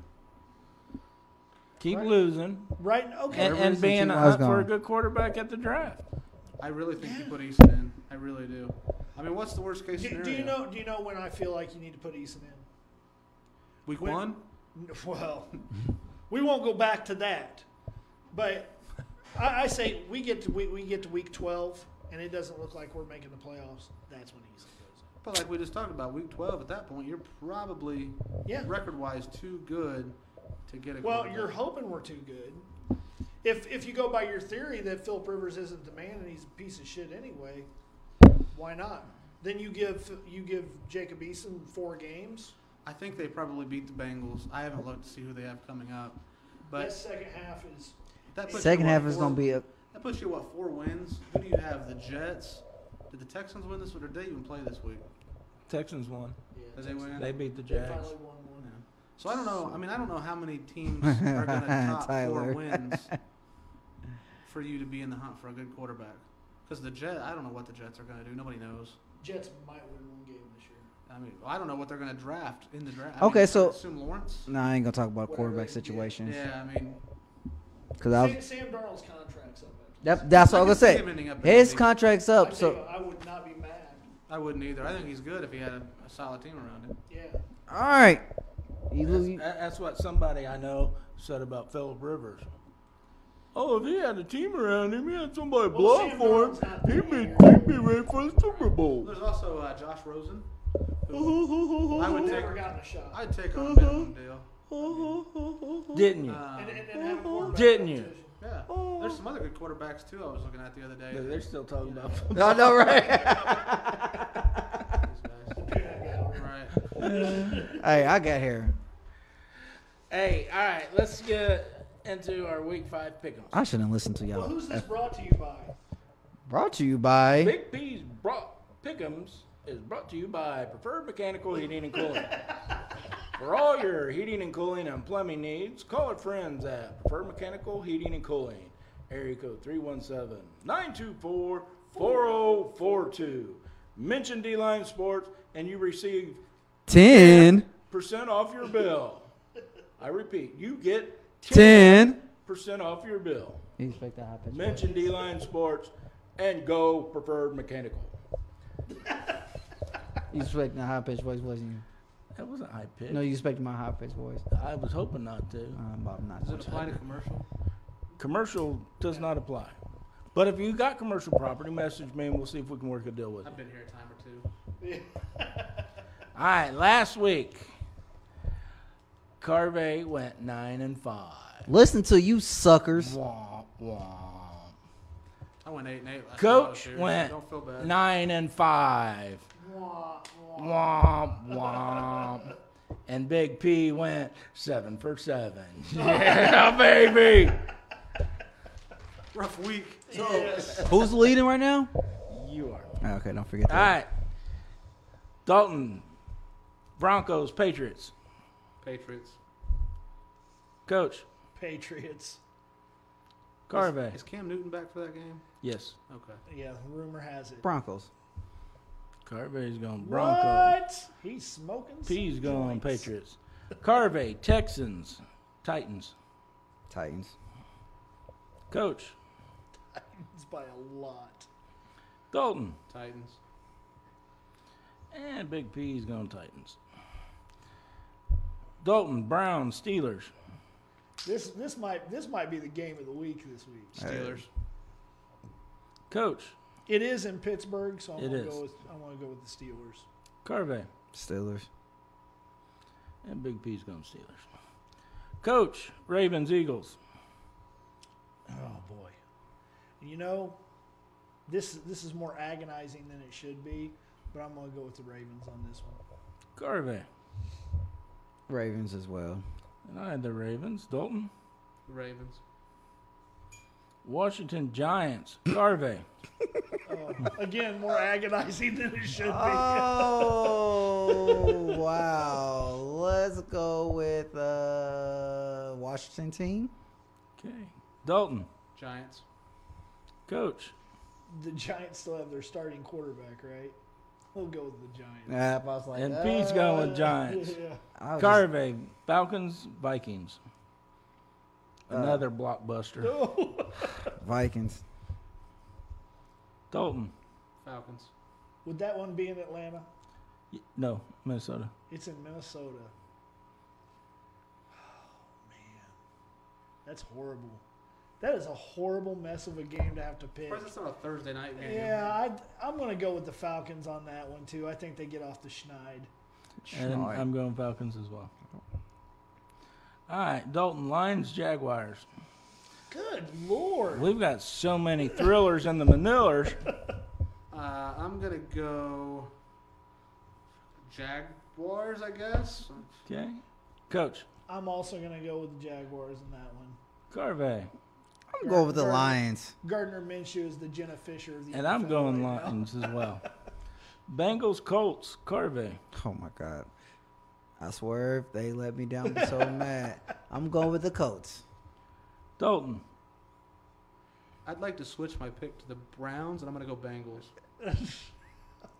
Speaker 1: Keep
Speaker 2: Right.
Speaker 1: losing
Speaker 2: right. Okay,
Speaker 1: and,
Speaker 4: Rivers
Speaker 1: and
Speaker 4: and
Speaker 1: being a
Speaker 4: T.Y. 's
Speaker 1: hunt for a
Speaker 4: gone.
Speaker 1: good quarterback at the draft.
Speaker 3: I really think you put Easton in. I really do. I mean, what's the worst case
Speaker 2: do,
Speaker 3: scenario?
Speaker 2: do you know? Do you know when I feel like you need to put Eason in?
Speaker 3: Week
Speaker 2: when-
Speaker 3: one?
Speaker 2: N- Well, we won't go back to that, but I, I say we get to we, we get to week twelve, and it doesn't look like we're making the playoffs. That's when Eason goes. in.
Speaker 3: But like we just talked about, week 12, at that point, you're probably
Speaker 2: Yeah.
Speaker 3: record wise too good to get a
Speaker 2: Well,
Speaker 3: quarterback.
Speaker 2: you're hoping we're too good. If if you go by your theory that Philip Rivers isn't the man and he's a piece of shit anyway, why not? Then you give you give Jacob Eason four games.
Speaker 3: I think they probably beat the Bengals. I haven't looked to see who they have coming up. But
Speaker 2: that second half is
Speaker 3: that puts
Speaker 4: Second
Speaker 3: you, what,
Speaker 4: half is
Speaker 3: four-
Speaker 4: gonna be a.
Speaker 3: That puts you what four wins? Who do you have? The Jets. Did the Texans win this week, or did they even play this week?
Speaker 1: Texans won.
Speaker 2: yeah,
Speaker 3: Did they win?
Speaker 1: They beat the
Speaker 2: they
Speaker 1: Jags.
Speaker 2: finally won one.
Speaker 3: Yeah. So I don't know. I mean, I don't know how many teams are going to top
Speaker 4: Tyler.
Speaker 3: four wins for you to be in the hunt for a good quarterback. Because the Jet, I don't know what the Jets are going to do. Nobody knows.
Speaker 2: Jets might win one game this year.
Speaker 3: I mean, I don't know what they're going to draft in the draft. I
Speaker 4: Okay,
Speaker 3: mean,
Speaker 4: so-
Speaker 3: I assume Lawrence.
Speaker 4: No, I ain't gonna talk about
Speaker 2: Whatever
Speaker 4: quarterback
Speaker 2: they get.
Speaker 4: situations.
Speaker 3: Yeah, I mean,
Speaker 4: Cause I was,
Speaker 2: Sam, Sam Darnold's contract's up. after this.
Speaker 4: that, that's what I
Speaker 3: I
Speaker 4: was
Speaker 3: can
Speaker 4: gonna
Speaker 3: see
Speaker 4: say.
Speaker 3: him ending up in
Speaker 4: His
Speaker 3: the-
Speaker 4: contract's
Speaker 2: I
Speaker 4: up,
Speaker 2: tell
Speaker 4: so
Speaker 2: you, I would not be mad.
Speaker 3: I wouldn't either. I think he's good if he had a, a solid team around him.
Speaker 2: Yeah,
Speaker 5: All right. You
Speaker 1: That's,
Speaker 5: lose-
Speaker 1: that- that's what somebody I know said about Philip Rivers. Oh, if he had a team around him, he had somebody
Speaker 2: Well,
Speaker 1: block
Speaker 2: Sam
Speaker 1: for
Speaker 2: Darnold's not
Speaker 1: him, he'd be,
Speaker 2: there.
Speaker 1: he'd be ready for the Super Bowl.
Speaker 3: There's also uh, Josh Rosen. I would
Speaker 1: Didn't
Speaker 3: take.
Speaker 2: Never gotten a shot.
Speaker 3: I'd take on
Speaker 1: Mm-hmm.
Speaker 3: Ben Mondale.
Speaker 1: you?
Speaker 3: Um,
Speaker 2: and, and, and have a quarterback
Speaker 1: Didn't you?
Speaker 2: competition.
Speaker 3: yeah.
Speaker 1: Oh.
Speaker 3: There's some other good quarterbacks too. I was looking at the other day.
Speaker 1: They're still talking about
Speaker 5: I know, right?
Speaker 3: These guys. right.
Speaker 5: hey, I got here.
Speaker 1: Hey, all right, let's get into our Week Five pick'em.
Speaker 5: I shouldn't listen to
Speaker 2: Well,
Speaker 5: y'all.
Speaker 2: who's this brought to you by?
Speaker 5: Brought to you by.
Speaker 1: Big P's brought pick'ems is brought to you by Preferred Mechanical Heating and Cooling. For all your heating and cooling and plumbing needs, call our friends at Preferred Mechanical Heating and Cooling. Area code 317-924-4042. Mention D-Line Sports and you receive
Speaker 5: 10.
Speaker 1: percent off your bill. I repeat, you get
Speaker 5: 10.
Speaker 1: percent off your bill.
Speaker 5: You expect that happen?
Speaker 1: Mention D Line Sports and go preferred mechanical.
Speaker 5: You expect a high pitched voice, wasn't you?
Speaker 1: That wasn't high pitch.
Speaker 5: No, you expect my high pitched voice.
Speaker 1: I was hoping not to.
Speaker 5: Um, I'm
Speaker 3: Does it
Speaker 5: not.
Speaker 3: apply to commercial?
Speaker 1: Commercial does not apply. But if you got commercial property, message me and we'll see if we can work a deal with it.
Speaker 3: I've been here a time or two.
Speaker 1: All right, last week, Carvey went nine and five.
Speaker 4: Listen to you suckers.
Speaker 1: Womp womp.
Speaker 3: I went eight and eight last time I was
Speaker 1: Coach
Speaker 3: here, so
Speaker 1: went
Speaker 3: Don't feel bad.
Speaker 1: nine and five.
Speaker 2: Wah, wah.
Speaker 1: Womp womp. And Big P went seven for seven. Yeah, baby.
Speaker 3: Rough week.
Speaker 2: Yes.
Speaker 4: Who's leading right now?
Speaker 1: You are.
Speaker 5: Ah, Okay, don't forget
Speaker 1: All
Speaker 5: that.
Speaker 1: right. Dalton, Broncos, Patriots.
Speaker 3: Patriots.
Speaker 1: Coach,
Speaker 2: Patriots.
Speaker 1: Carvey.
Speaker 3: Is, is Cam Newton back for that game?
Speaker 1: Yes.
Speaker 3: Okay.
Speaker 2: Yeah, rumor has it.
Speaker 5: Broncos.
Speaker 1: Carvey's going Broncos.
Speaker 2: What? He's smoking. some
Speaker 1: P's going
Speaker 2: joints.
Speaker 1: Patriots. Carvey, Texans, Titans.
Speaker 5: Titans.
Speaker 1: Coach,
Speaker 2: It's by a lot.
Speaker 1: Dalton.
Speaker 3: Titans.
Speaker 1: And Big P's going Titans. Dalton, Brown, Steelers.
Speaker 2: This this might this might be the game of the week this week.
Speaker 3: Steelers.
Speaker 1: Coach,
Speaker 2: It is in Pittsburgh, so I'm
Speaker 1: It
Speaker 2: gonna
Speaker 1: is.
Speaker 2: go with I'm gonna go with the Steelers.
Speaker 1: Carvey.
Speaker 5: Steelers.
Speaker 1: And Big P's going Steelers. Coach, Ravens, Eagles.
Speaker 2: Oh boy. You know, this this is more agonizing than it should be, but I'm gonna go with the Ravens on this one.
Speaker 1: Carvey.
Speaker 5: Ravens as well.
Speaker 1: And I had the Ravens. Dalton.
Speaker 3: Ravens.
Speaker 1: Washington Giants, Garvey.
Speaker 2: Oh, again, more agonizing than it should be.
Speaker 1: Ah.
Speaker 5: Oh, wow. Let's go with uh, Washington team.
Speaker 1: Okay. Dalton,
Speaker 3: Giants.
Speaker 1: coach.
Speaker 2: the Giants still have their starting quarterback, right? We'll go with the Giants.
Speaker 5: Yeah, I was like,
Speaker 1: And
Speaker 5: uh,
Speaker 1: Pete's going with Giants.
Speaker 2: Yeah.
Speaker 5: I
Speaker 4: Oh,
Speaker 5: was just-
Speaker 1: Garvey, Falcons, Vikings. Another blockbuster.
Speaker 5: Vikings.
Speaker 1: Dalton.
Speaker 3: Falcons.
Speaker 2: Would that one be in Atlanta?
Speaker 1: Y- No, Minnesota.
Speaker 2: It's in Minnesota. Oh man, that's horrible. That is a horrible mess of a game to have to pick.
Speaker 3: First, it's not a Thursday night game.
Speaker 2: Yeah, I'd, I'm going to go with the Falcons on that one too. I think they get off the schneid.
Speaker 1: And
Speaker 5: Schneid.
Speaker 1: I'm going Falcons as well. All right, Dalton, Lions, Jaguars.
Speaker 2: Good lord!
Speaker 1: We've got so many thrillers in the Manilers.
Speaker 3: Uh, I'm gonna go Jaguars, I guess.
Speaker 1: Okay. Coach,
Speaker 2: I'm also going to go with the Jaguars on that one.
Speaker 1: Garvey.
Speaker 5: I'm going with the
Speaker 2: Gardner-
Speaker 5: Lions.
Speaker 2: Gardner Minshew is the Jenna Fisher of the
Speaker 1: And I'm
Speaker 2: NFL
Speaker 1: going
Speaker 2: right now.
Speaker 1: Lions as well. Bengals, Colts, Garvey.
Speaker 5: Oh my god. I swear if they let me down, I'm so mad. I'm going with the Colts.
Speaker 1: Dalton.
Speaker 3: I'd like to switch my pick to the Browns, and I'm gonna go Bengals.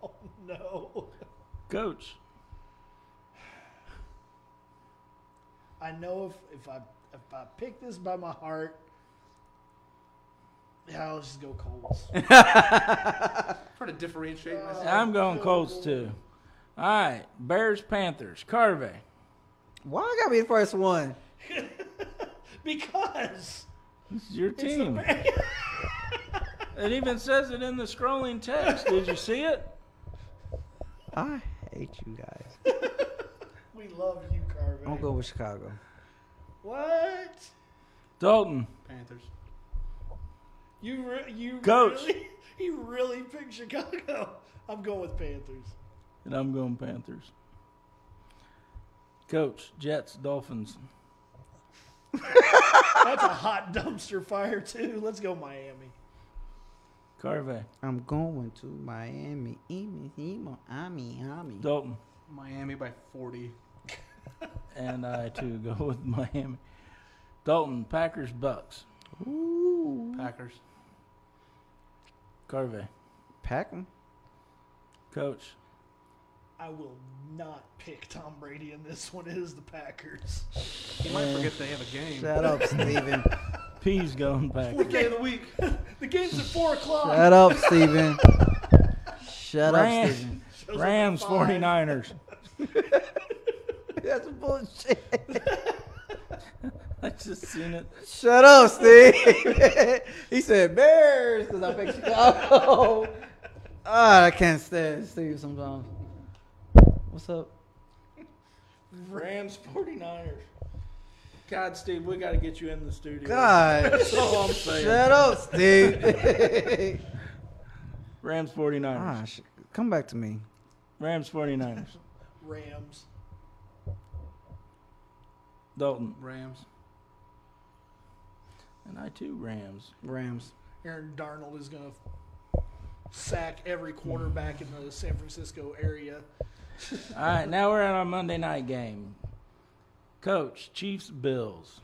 Speaker 2: Oh no!
Speaker 1: Coach,
Speaker 2: I know if, if I if I pick this by my heart, yeah, I'll just go Colts.
Speaker 3: Trying to differentiate myself.
Speaker 1: I'm going Colts too. All right, Bears Panthers. Carve.
Speaker 4: Why I gotta be the first one?
Speaker 2: because
Speaker 1: This is your team. it even says it in the scrolling text. Did you see it?
Speaker 4: I hate you guys.
Speaker 2: we love you, Carvey.
Speaker 4: I'm going to go with Chicago.
Speaker 2: What?
Speaker 1: Dalton.
Speaker 3: Panthers.
Speaker 2: You re- you
Speaker 1: Coach.
Speaker 2: Really, you really picked Chicago. I'm going with Panthers.
Speaker 1: And I'm going Panthers. Coach, Jets, Dolphins.
Speaker 2: That's a hot dumpster fire too. Let's go Miami.
Speaker 1: Carve.
Speaker 4: I'm going to Miami. Emi, Emo, Ami, Ami.
Speaker 1: Dalton.
Speaker 3: Miami by 40.
Speaker 1: And I too go with Miami. Dalton, Packers, Bucks.
Speaker 4: Ooh.
Speaker 3: Packers.
Speaker 1: Carve.
Speaker 4: Pack 'em.
Speaker 1: Coach,
Speaker 2: I will not pick Tom Brady in this one. It is the Packers.
Speaker 3: You might forget they have a game.
Speaker 4: Shut up, Steven.
Speaker 1: P's going Packers.
Speaker 2: Fourth day of the week. the game's at four o'clock.
Speaker 4: Shut up, Steven. Shut up,
Speaker 1: Rams,
Speaker 4: Steven.
Speaker 2: up
Speaker 1: Rams
Speaker 2: five.
Speaker 1: 49ers.
Speaker 4: That's bullshit.
Speaker 1: I just seen it.
Speaker 4: Shut up, Steve. he said Bears because I picked Chicago. Ah, I can't stand Steve sometimes. What's up?
Speaker 1: Rams 49ers. God, Steve, we got to get you in the studio.
Speaker 4: God,
Speaker 1: That's all I'm saying.
Speaker 4: shut up, Steve.
Speaker 1: Rams 49ers.
Speaker 4: ah, sh- come back to me.
Speaker 1: Rams 49ers.
Speaker 2: Rams.
Speaker 1: Dalton.
Speaker 3: Rams.
Speaker 1: And I too, Rams.
Speaker 4: Rams.
Speaker 2: Aaron Darnold is going to sack every quarterback in the San Francisco area.
Speaker 1: All right, now we're at our Monday night game. Coach, Chiefs, Bills.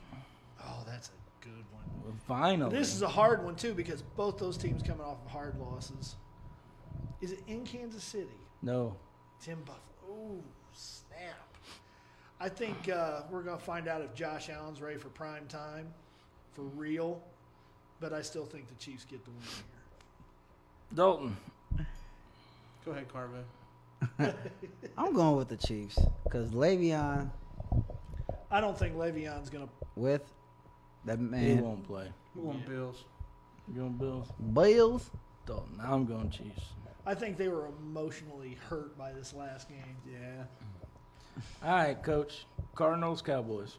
Speaker 2: Oh, that's a good one.
Speaker 1: Well, Finally.
Speaker 2: This is a hard one too because both those teams coming off of hard losses. Is it in Kansas City?
Speaker 1: no.
Speaker 2: Tim Buffalo. Oh, snap. I think uh, we're going to find out if Josh Allen's ready for prime time for real, but I still think the Chiefs get the win here.
Speaker 1: Dalton.
Speaker 3: Go ahead, Carva.
Speaker 4: I'm going with the Chiefs because Le'Veon
Speaker 2: I don't think Le'Veon's going to.
Speaker 4: with that
Speaker 1: He
Speaker 4: man
Speaker 1: won't play.
Speaker 3: We're going Bills.
Speaker 1: You going Bills?
Speaker 4: Bills.
Speaker 1: Dalton. I'm going Chiefs.
Speaker 2: I think they were emotionally hurt by this last game.
Speaker 3: Yeah.
Speaker 1: All right, Coach. Cardinals, Cowboys.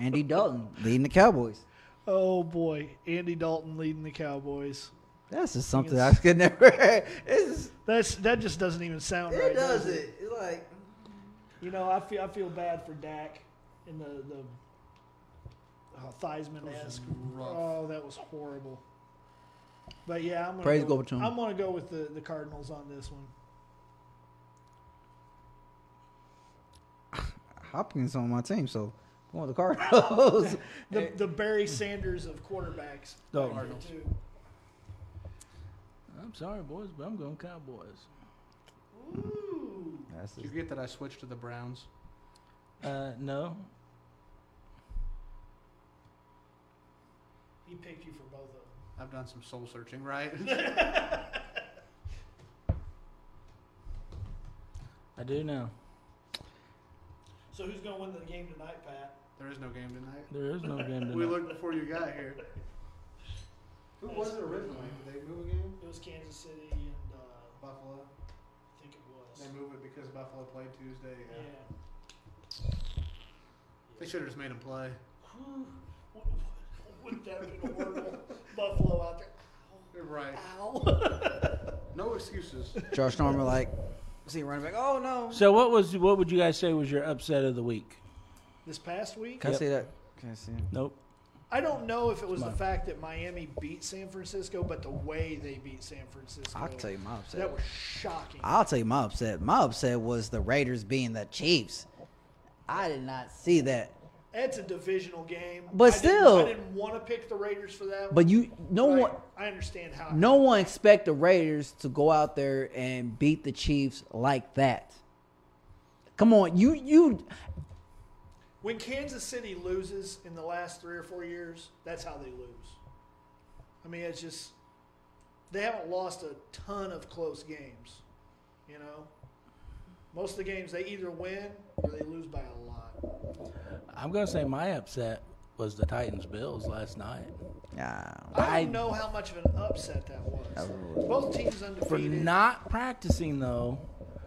Speaker 4: Andy Dalton leading the Cowboys.
Speaker 2: Oh boy, Andy Dalton leading the Cowboys.
Speaker 4: That's just something I could never. it's just,
Speaker 2: That's that just doesn't even sound right.
Speaker 4: it does it. It's like
Speaker 2: You know, I feel I feel bad for Dak and the the oh, Theismann esque.
Speaker 3: rough.
Speaker 2: Oh, that was horrible. But yeah, I'm gonna
Speaker 4: Praise
Speaker 2: go
Speaker 4: go
Speaker 2: with,
Speaker 4: to 'em.
Speaker 2: I'm gonna go with the, the Cardinals on this one.
Speaker 4: Hopkins on my team, so going with the Cardinals. Eh.
Speaker 2: The, the Barry Sanders of quarterbacks.
Speaker 1: Dalton.
Speaker 3: Cardinals.
Speaker 2: Too.
Speaker 1: I'm sorry, boys, but I'm going Cowboys.
Speaker 2: Ooh.
Speaker 4: That's
Speaker 3: Did you
Speaker 4: just-
Speaker 3: forget that I switched to the Browns?
Speaker 1: Uh, no.
Speaker 2: He picked you for both of
Speaker 3: I've done some soul searching, right?
Speaker 1: I do now.
Speaker 2: them. So who's gonna win the game tonight, Pat?
Speaker 3: there is no game tonight.
Speaker 1: There is no game tonight.
Speaker 3: We looked before you got here. Who was it originally? Did they move a game?
Speaker 2: It was Kansas City and uh,
Speaker 3: Buffalo.
Speaker 2: I think it was.
Speaker 3: They moved it because Buffalo played Tuesday.
Speaker 2: Yeah.
Speaker 3: Yeah. They should have just made him play.
Speaker 2: Whew. Wouldn't that have been horrible? Buffalo out there.
Speaker 3: You're right.
Speaker 2: Ow.
Speaker 3: No excuses.
Speaker 4: Josh Norman like see running back. Oh no!
Speaker 1: So what was what would you guys say was your upset of the week?
Speaker 2: This past week,
Speaker 4: Can
Speaker 1: Yep.
Speaker 4: I see that? Can I see? It?
Speaker 1: Nope.
Speaker 2: I don't know if it was the
Speaker 1: Mine.
Speaker 2: fact that Miami beat San Francisco, but the way they beat San Francisco.
Speaker 4: I'll tell you my upset.
Speaker 2: That was shocking.
Speaker 4: I'll tell you my upset. My upset was the Raiders being the Chiefs. I did not see that.
Speaker 2: That's a divisional game.
Speaker 4: But
Speaker 2: I didn't-
Speaker 4: still-
Speaker 2: I didn't want to pick the Raiders for that.
Speaker 4: But you, no
Speaker 2: one,
Speaker 4: one,
Speaker 2: I understand how.
Speaker 4: no one expect the Raiders to go out there and beat the Chiefs like that. Come on, you, you.
Speaker 2: When Kansas City loses in the last three or four years, that's how they lose. I mean, it's just they haven't lost a ton of close games. You know, most of the games they either win or they lose by a lot.
Speaker 1: I'm gonna say my upset was the Titans Bills last night.
Speaker 5: Ah,
Speaker 2: I
Speaker 1: I-
Speaker 2: don't know how much of an upset that was. Both teams undefeated.
Speaker 1: For not practicing though,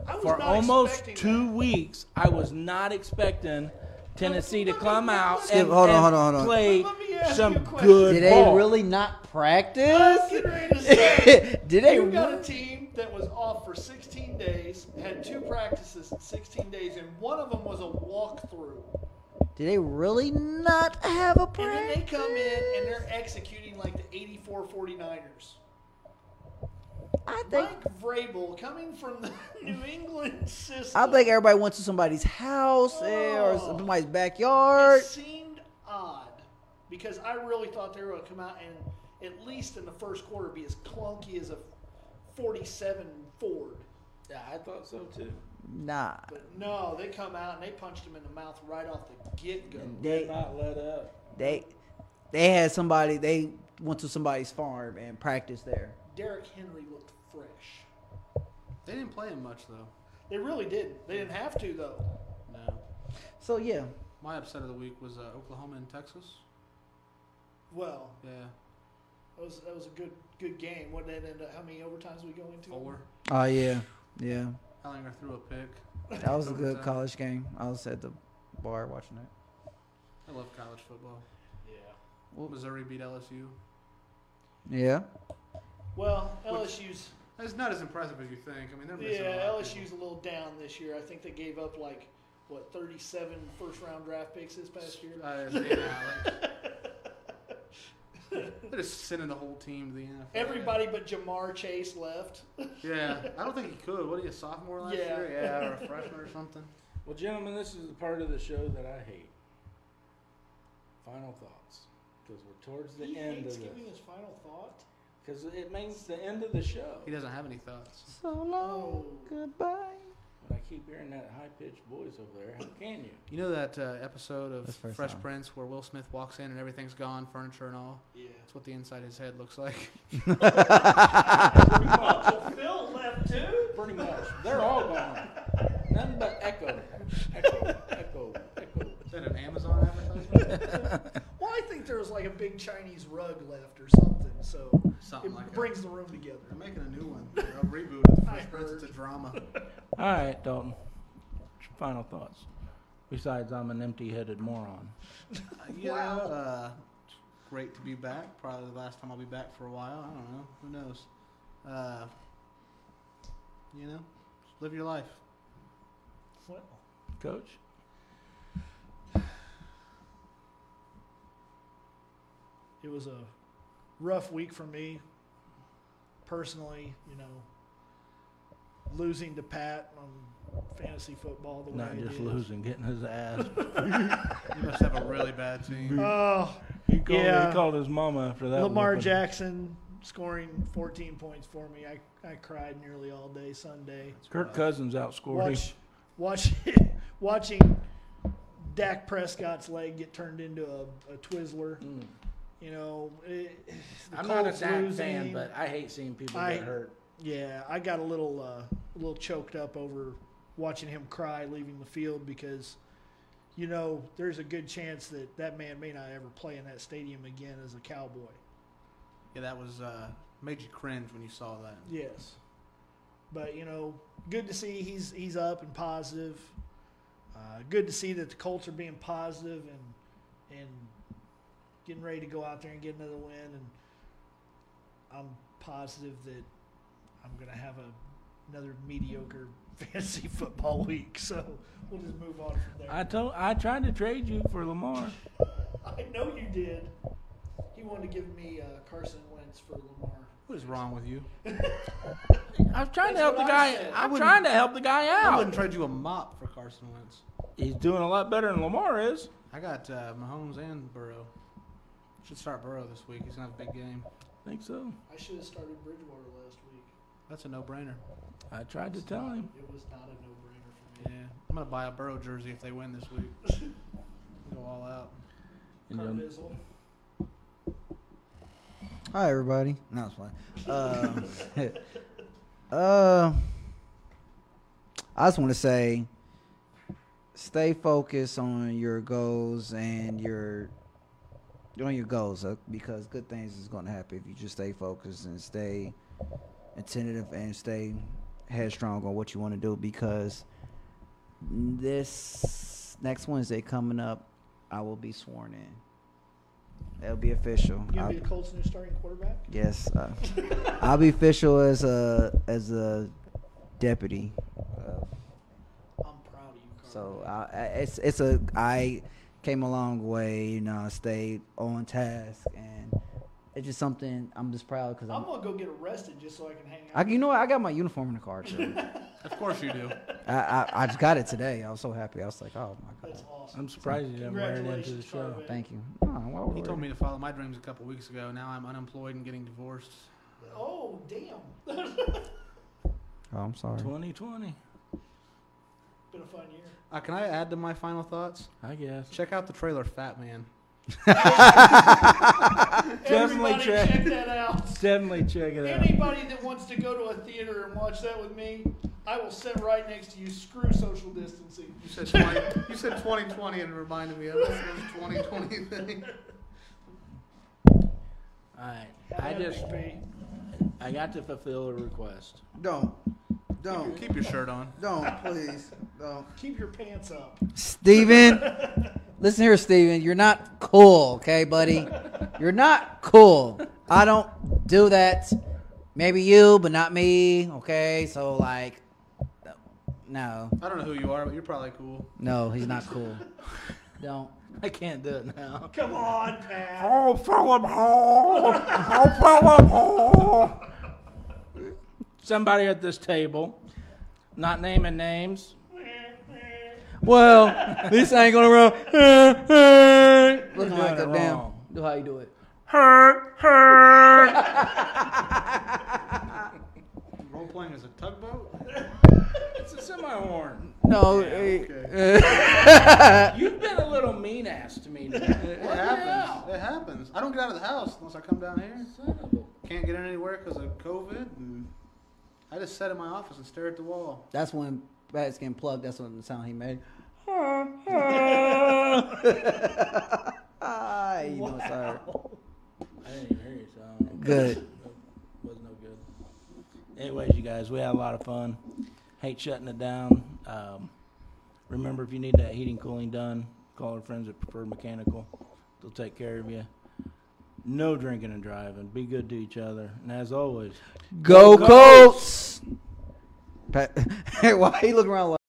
Speaker 2: I was
Speaker 1: for
Speaker 2: not
Speaker 1: almost
Speaker 2: expecting
Speaker 1: two
Speaker 2: that.
Speaker 1: weeks, I was not expecting Tennessee to
Speaker 2: Let me-
Speaker 1: come
Speaker 2: let me-
Speaker 1: out
Speaker 2: Skip,
Speaker 1: and,
Speaker 5: hold on,
Speaker 1: and
Speaker 5: hold on, hold on.
Speaker 1: play
Speaker 2: Let me ask you a
Speaker 1: some
Speaker 2: question.
Speaker 1: good
Speaker 4: Did they
Speaker 1: ball.
Speaker 4: really not
Speaker 2: I was
Speaker 4: practice?
Speaker 2: getting ready to say,
Speaker 4: Did they?
Speaker 2: you got
Speaker 4: re-
Speaker 2: a team that was off for 16 days, had two practices in 16 days, and one of them was a walkthrough.
Speaker 4: Did they really not have a
Speaker 2: And then
Speaker 4: practice?
Speaker 2: they come in and they're executing like the 84 49ers.
Speaker 4: I think
Speaker 2: Mike Vrabel coming from the New England system.
Speaker 4: I think everybody went to somebody's house eh, or
Speaker 2: Oh.
Speaker 4: somebody's backyard.
Speaker 2: It seemed odd because I really thought they were going to come out and at least in the first quarter be as clunky as a 47 Ford.
Speaker 1: Yeah, I thought so too.
Speaker 4: Nah,
Speaker 2: But no, they come out and they punched him in the mouth right off the get go.
Speaker 4: they
Speaker 1: Not let up.
Speaker 4: they they had somebody. They went to somebody's farm and practiced there.
Speaker 2: Derrick Henry looked fresh.
Speaker 3: They didn't play him much though.
Speaker 2: They really didn't. They didn't have to though.
Speaker 3: No.
Speaker 4: So yeah,
Speaker 3: My upset of the week was uh, Oklahoma and Texas.
Speaker 2: Well,
Speaker 3: Yeah,
Speaker 2: that was that was a good good game. What did that end up? How many overtimes we go into?
Speaker 3: four.
Speaker 5: oh yeah, yeah.
Speaker 3: Hellinger threw a pick.
Speaker 5: That was a good
Speaker 3: Overtime.
Speaker 5: college game. I was at the bar watching it.
Speaker 3: I love college football.
Speaker 2: Yeah.
Speaker 3: Missouri beat LSU.
Speaker 5: Yeah.
Speaker 2: Well,
Speaker 3: Which-
Speaker 2: LSU's
Speaker 3: That's not as impressive as you think. I mean, they're missing.
Speaker 2: yeah,
Speaker 3: a lot of people.
Speaker 2: LSU's a little down this year. I think they gave up like what 37 first round draft picks this past year.
Speaker 3: Uh, Zane Alex. They're just sending the whole team to the NFL.
Speaker 2: Everybody but Jamar Chase left.
Speaker 3: Yeah, I don't think he could. What are you, a sophomore last
Speaker 2: Yeah.
Speaker 3: year? Yeah, or a freshman or something.
Speaker 1: Well, gentlemen, this is the part of the show that I hate. Final thoughts, because we're towards the
Speaker 2: he
Speaker 1: end
Speaker 2: hates
Speaker 1: of
Speaker 2: giving
Speaker 1: the.
Speaker 2: his final thought.
Speaker 1: Because it means the end of the show.
Speaker 3: He doesn't have any thoughts.
Speaker 5: So long. Goodbye.
Speaker 1: But I keep hearing that high-pitched voice over there. How can you?
Speaker 3: You know that uh, episode
Speaker 5: That's
Speaker 3: of
Speaker 5: first
Speaker 3: Fresh
Speaker 5: time.
Speaker 3: Prince where Will Smith walks in and everything's gone, furniture and all.
Speaker 2: Yeah.
Speaker 3: That's what the inside of his head looks like.
Speaker 2: Phil left too.
Speaker 1: Pretty much. They're all gone. Nothing but echo, echo, echo, echo.
Speaker 3: Is that an Amazon advertisement?
Speaker 2: Well, I think there was like a big Chinese rug left or something, so
Speaker 3: Something
Speaker 2: it
Speaker 3: like that.
Speaker 2: brings the room together.
Speaker 3: They're making a new one. They're a reboot of the
Speaker 2: I
Speaker 3: Fresh Prince. It's a
Speaker 2: heard.
Speaker 3: drama.
Speaker 1: All right, Dalton. What's your Final thoughts. Besides, I'm an empty-headed moron.
Speaker 3: Uh, you
Speaker 2: Wow.
Speaker 3: know, uh, great to be back. Probably the last time I'll be back for a while. I don't know. Who knows? Uh, you know, just live your life.
Speaker 2: Well,
Speaker 1: Coach.
Speaker 2: it was a rough week for me personally, you know, losing to Pat on fantasy football the way
Speaker 1: Not
Speaker 2: I
Speaker 1: just
Speaker 2: did.
Speaker 1: losing, getting his ass.
Speaker 3: You must have a really bad team.
Speaker 2: Oh,
Speaker 1: He called,
Speaker 2: Yeah.
Speaker 1: he called his mama after that.
Speaker 2: Lamar
Speaker 1: whooping.
Speaker 2: Jackson scoring 14 points for me. I, I cried nearly all day Sunday.
Speaker 1: Kirk Cousins outscored
Speaker 2: Watch,
Speaker 1: him.
Speaker 2: watch, watching Dak Prescott's leg get turned into a, a Twizzler. You know, it, the
Speaker 1: I'm not a
Speaker 2: Colts
Speaker 1: Dak
Speaker 2: losing.
Speaker 1: fan, but I hate seeing people
Speaker 2: I-
Speaker 1: get hurt.
Speaker 2: yeah, I got a little uh, a little choked up over watching him cry leaving the field because, you know, there's a good chance that that man may not ever play in that stadium again as a Cowboy.
Speaker 3: Yeah, that was uh, made you cringe when you saw that.
Speaker 2: Yes. But you know, good to see he's he's up and positive. Uh, good to see that the Colts are being positive and and getting ready to go out there and get another win. And I'm positive that I'm gonna have a, another mediocre fantasy football week. So we'll just move on from there.
Speaker 1: I told, I tried to trade you for Lamar.
Speaker 2: I know you did. He wanted to give me uh, Carson Wentz for Lamar.
Speaker 3: What is wrong with you?
Speaker 1: I was trying
Speaker 2: That's
Speaker 1: to help the
Speaker 2: what I
Speaker 1: guy.
Speaker 2: said. I
Speaker 1: I'm
Speaker 3: wouldn't-
Speaker 1: trying to help the guy
Speaker 3: I wouldn't
Speaker 1: out.
Speaker 3: trade you a mop for Carson Wentz.
Speaker 1: He's doing a lot better than Lamar is.
Speaker 3: I got uh, Mahomes and Burrow. Should start Burrow this week. He's gonna have a big game.
Speaker 1: Think so.
Speaker 2: I should have started Bridgewater last week.
Speaker 3: That's a no-brainer.
Speaker 1: I tried to tell him.
Speaker 2: It was not a no-brainer for me.
Speaker 3: Yeah, I'm gonna buy a Burrow jersey if they win this week. Go all out.
Speaker 1: And um, you'll-
Speaker 2: Carbizzle.
Speaker 5: Hi everybody. No, it's fine. Um, uh,
Speaker 4: uh, I just want to say, stay focused on your goals and your on your goals uh, because good things is going to happen if you just stay focused and stay attentive and stay headstrong on what you want to do because this next Wednesday coming up, I will be sworn in. It'll be official.
Speaker 2: You gonna
Speaker 4: I'll-
Speaker 2: be the Colts' new starting quarterback?
Speaker 4: Yes, uh, I'll be official as a as a deputy. Uh,
Speaker 2: I'm proud of you, Carl.
Speaker 4: so I, I, it's it's a I came a long way, you know. I Stayed on task, and it's just something I'm just proud because
Speaker 2: I'm
Speaker 4: I'm.
Speaker 2: gonna go get arrested just so I can hang
Speaker 4: um, I,
Speaker 2: out.
Speaker 4: you know what? I got my uniform in the car too.
Speaker 3: Of course you do.
Speaker 4: I, I I just got it today. I was so happy. I was like, oh my god,
Speaker 2: That's awesome.
Speaker 1: I'm surprised you didn't wear it into the
Speaker 2: Congratulations,
Speaker 1: show.
Speaker 2: Carl.
Speaker 4: thank you. Oh, No, why would
Speaker 3: He
Speaker 4: I
Speaker 3: told me
Speaker 4: wear
Speaker 3: to follow my dreams a couple weeks ago. Now I'm unemployed and getting divorced.
Speaker 2: Oh damn!
Speaker 4: it? Oh, I'm sorry.
Speaker 1: 2020,
Speaker 2: Been a fun year.
Speaker 3: Uh, can I add to my final thoughts?
Speaker 1: I guess.
Speaker 3: Check out the trailer Fat Man.
Speaker 1: Definitely
Speaker 2: Everybody
Speaker 1: check-
Speaker 2: check. that out.
Speaker 1: Definitely check it out.
Speaker 2: Anybody that wants to go to a theater and watch that with me, I will sit right next to you. Screw social distancing.
Speaker 3: You said 20, you said 2020 and it reminded me of this 2020 thing.
Speaker 1: All right, I just I got to fulfill a request.
Speaker 4: Don't, don't,
Speaker 3: Keep your shirt on.
Speaker 4: don't, please, don't.
Speaker 2: keep your pants up.
Speaker 7: Steven, listen here, Steven. You're not cool, okay, buddy? You're not cool. I don't do that. Maybe you, but not me, okay? So, like, no,
Speaker 3: I don't know who you are, but you're probably cool.
Speaker 7: no, he's not cool. Don't.
Speaker 1: I can't do it now.
Speaker 2: Come on, Pat.
Speaker 1: Oh, Philip Hall! Oh, Philip Hall! Somebody at this table, not naming names.
Speaker 7: Well, this ain't gonna run. Looking
Speaker 1: doing
Speaker 7: like
Speaker 1: it
Speaker 7: a damn.
Speaker 1: wrong.
Speaker 7: Do how you do it.
Speaker 1: Her, her.
Speaker 3: Role playing as a tugboat?
Speaker 1: It's a semi-horn.
Speaker 7: No,
Speaker 3: okay.
Speaker 7: Uh,
Speaker 1: You've been a little mean ass to me. today.
Speaker 3: It happens. It happens. I don't get out of the house unless I come down here. Can't get in anywhere because of COVID. And I just sit in my office and stare at the wall.
Speaker 7: that's when Bat's getting plugged. That's when the sound he made.
Speaker 4: Ah, you know, sorry.
Speaker 1: I didn't even hear you, so I don't know.
Speaker 4: Good.
Speaker 1: was no good. Anyways, you guys, we had a lot of fun. Hate shutting it down. Um, remember, if you need that heating cooling done, call our friends at Preferred Mechanical. They'll take care of you. No drinking and driving. Be good to each other. And as always,
Speaker 7: Go
Speaker 1: Colts!
Speaker 7: Colts!
Speaker 4: Pat, why you look around like?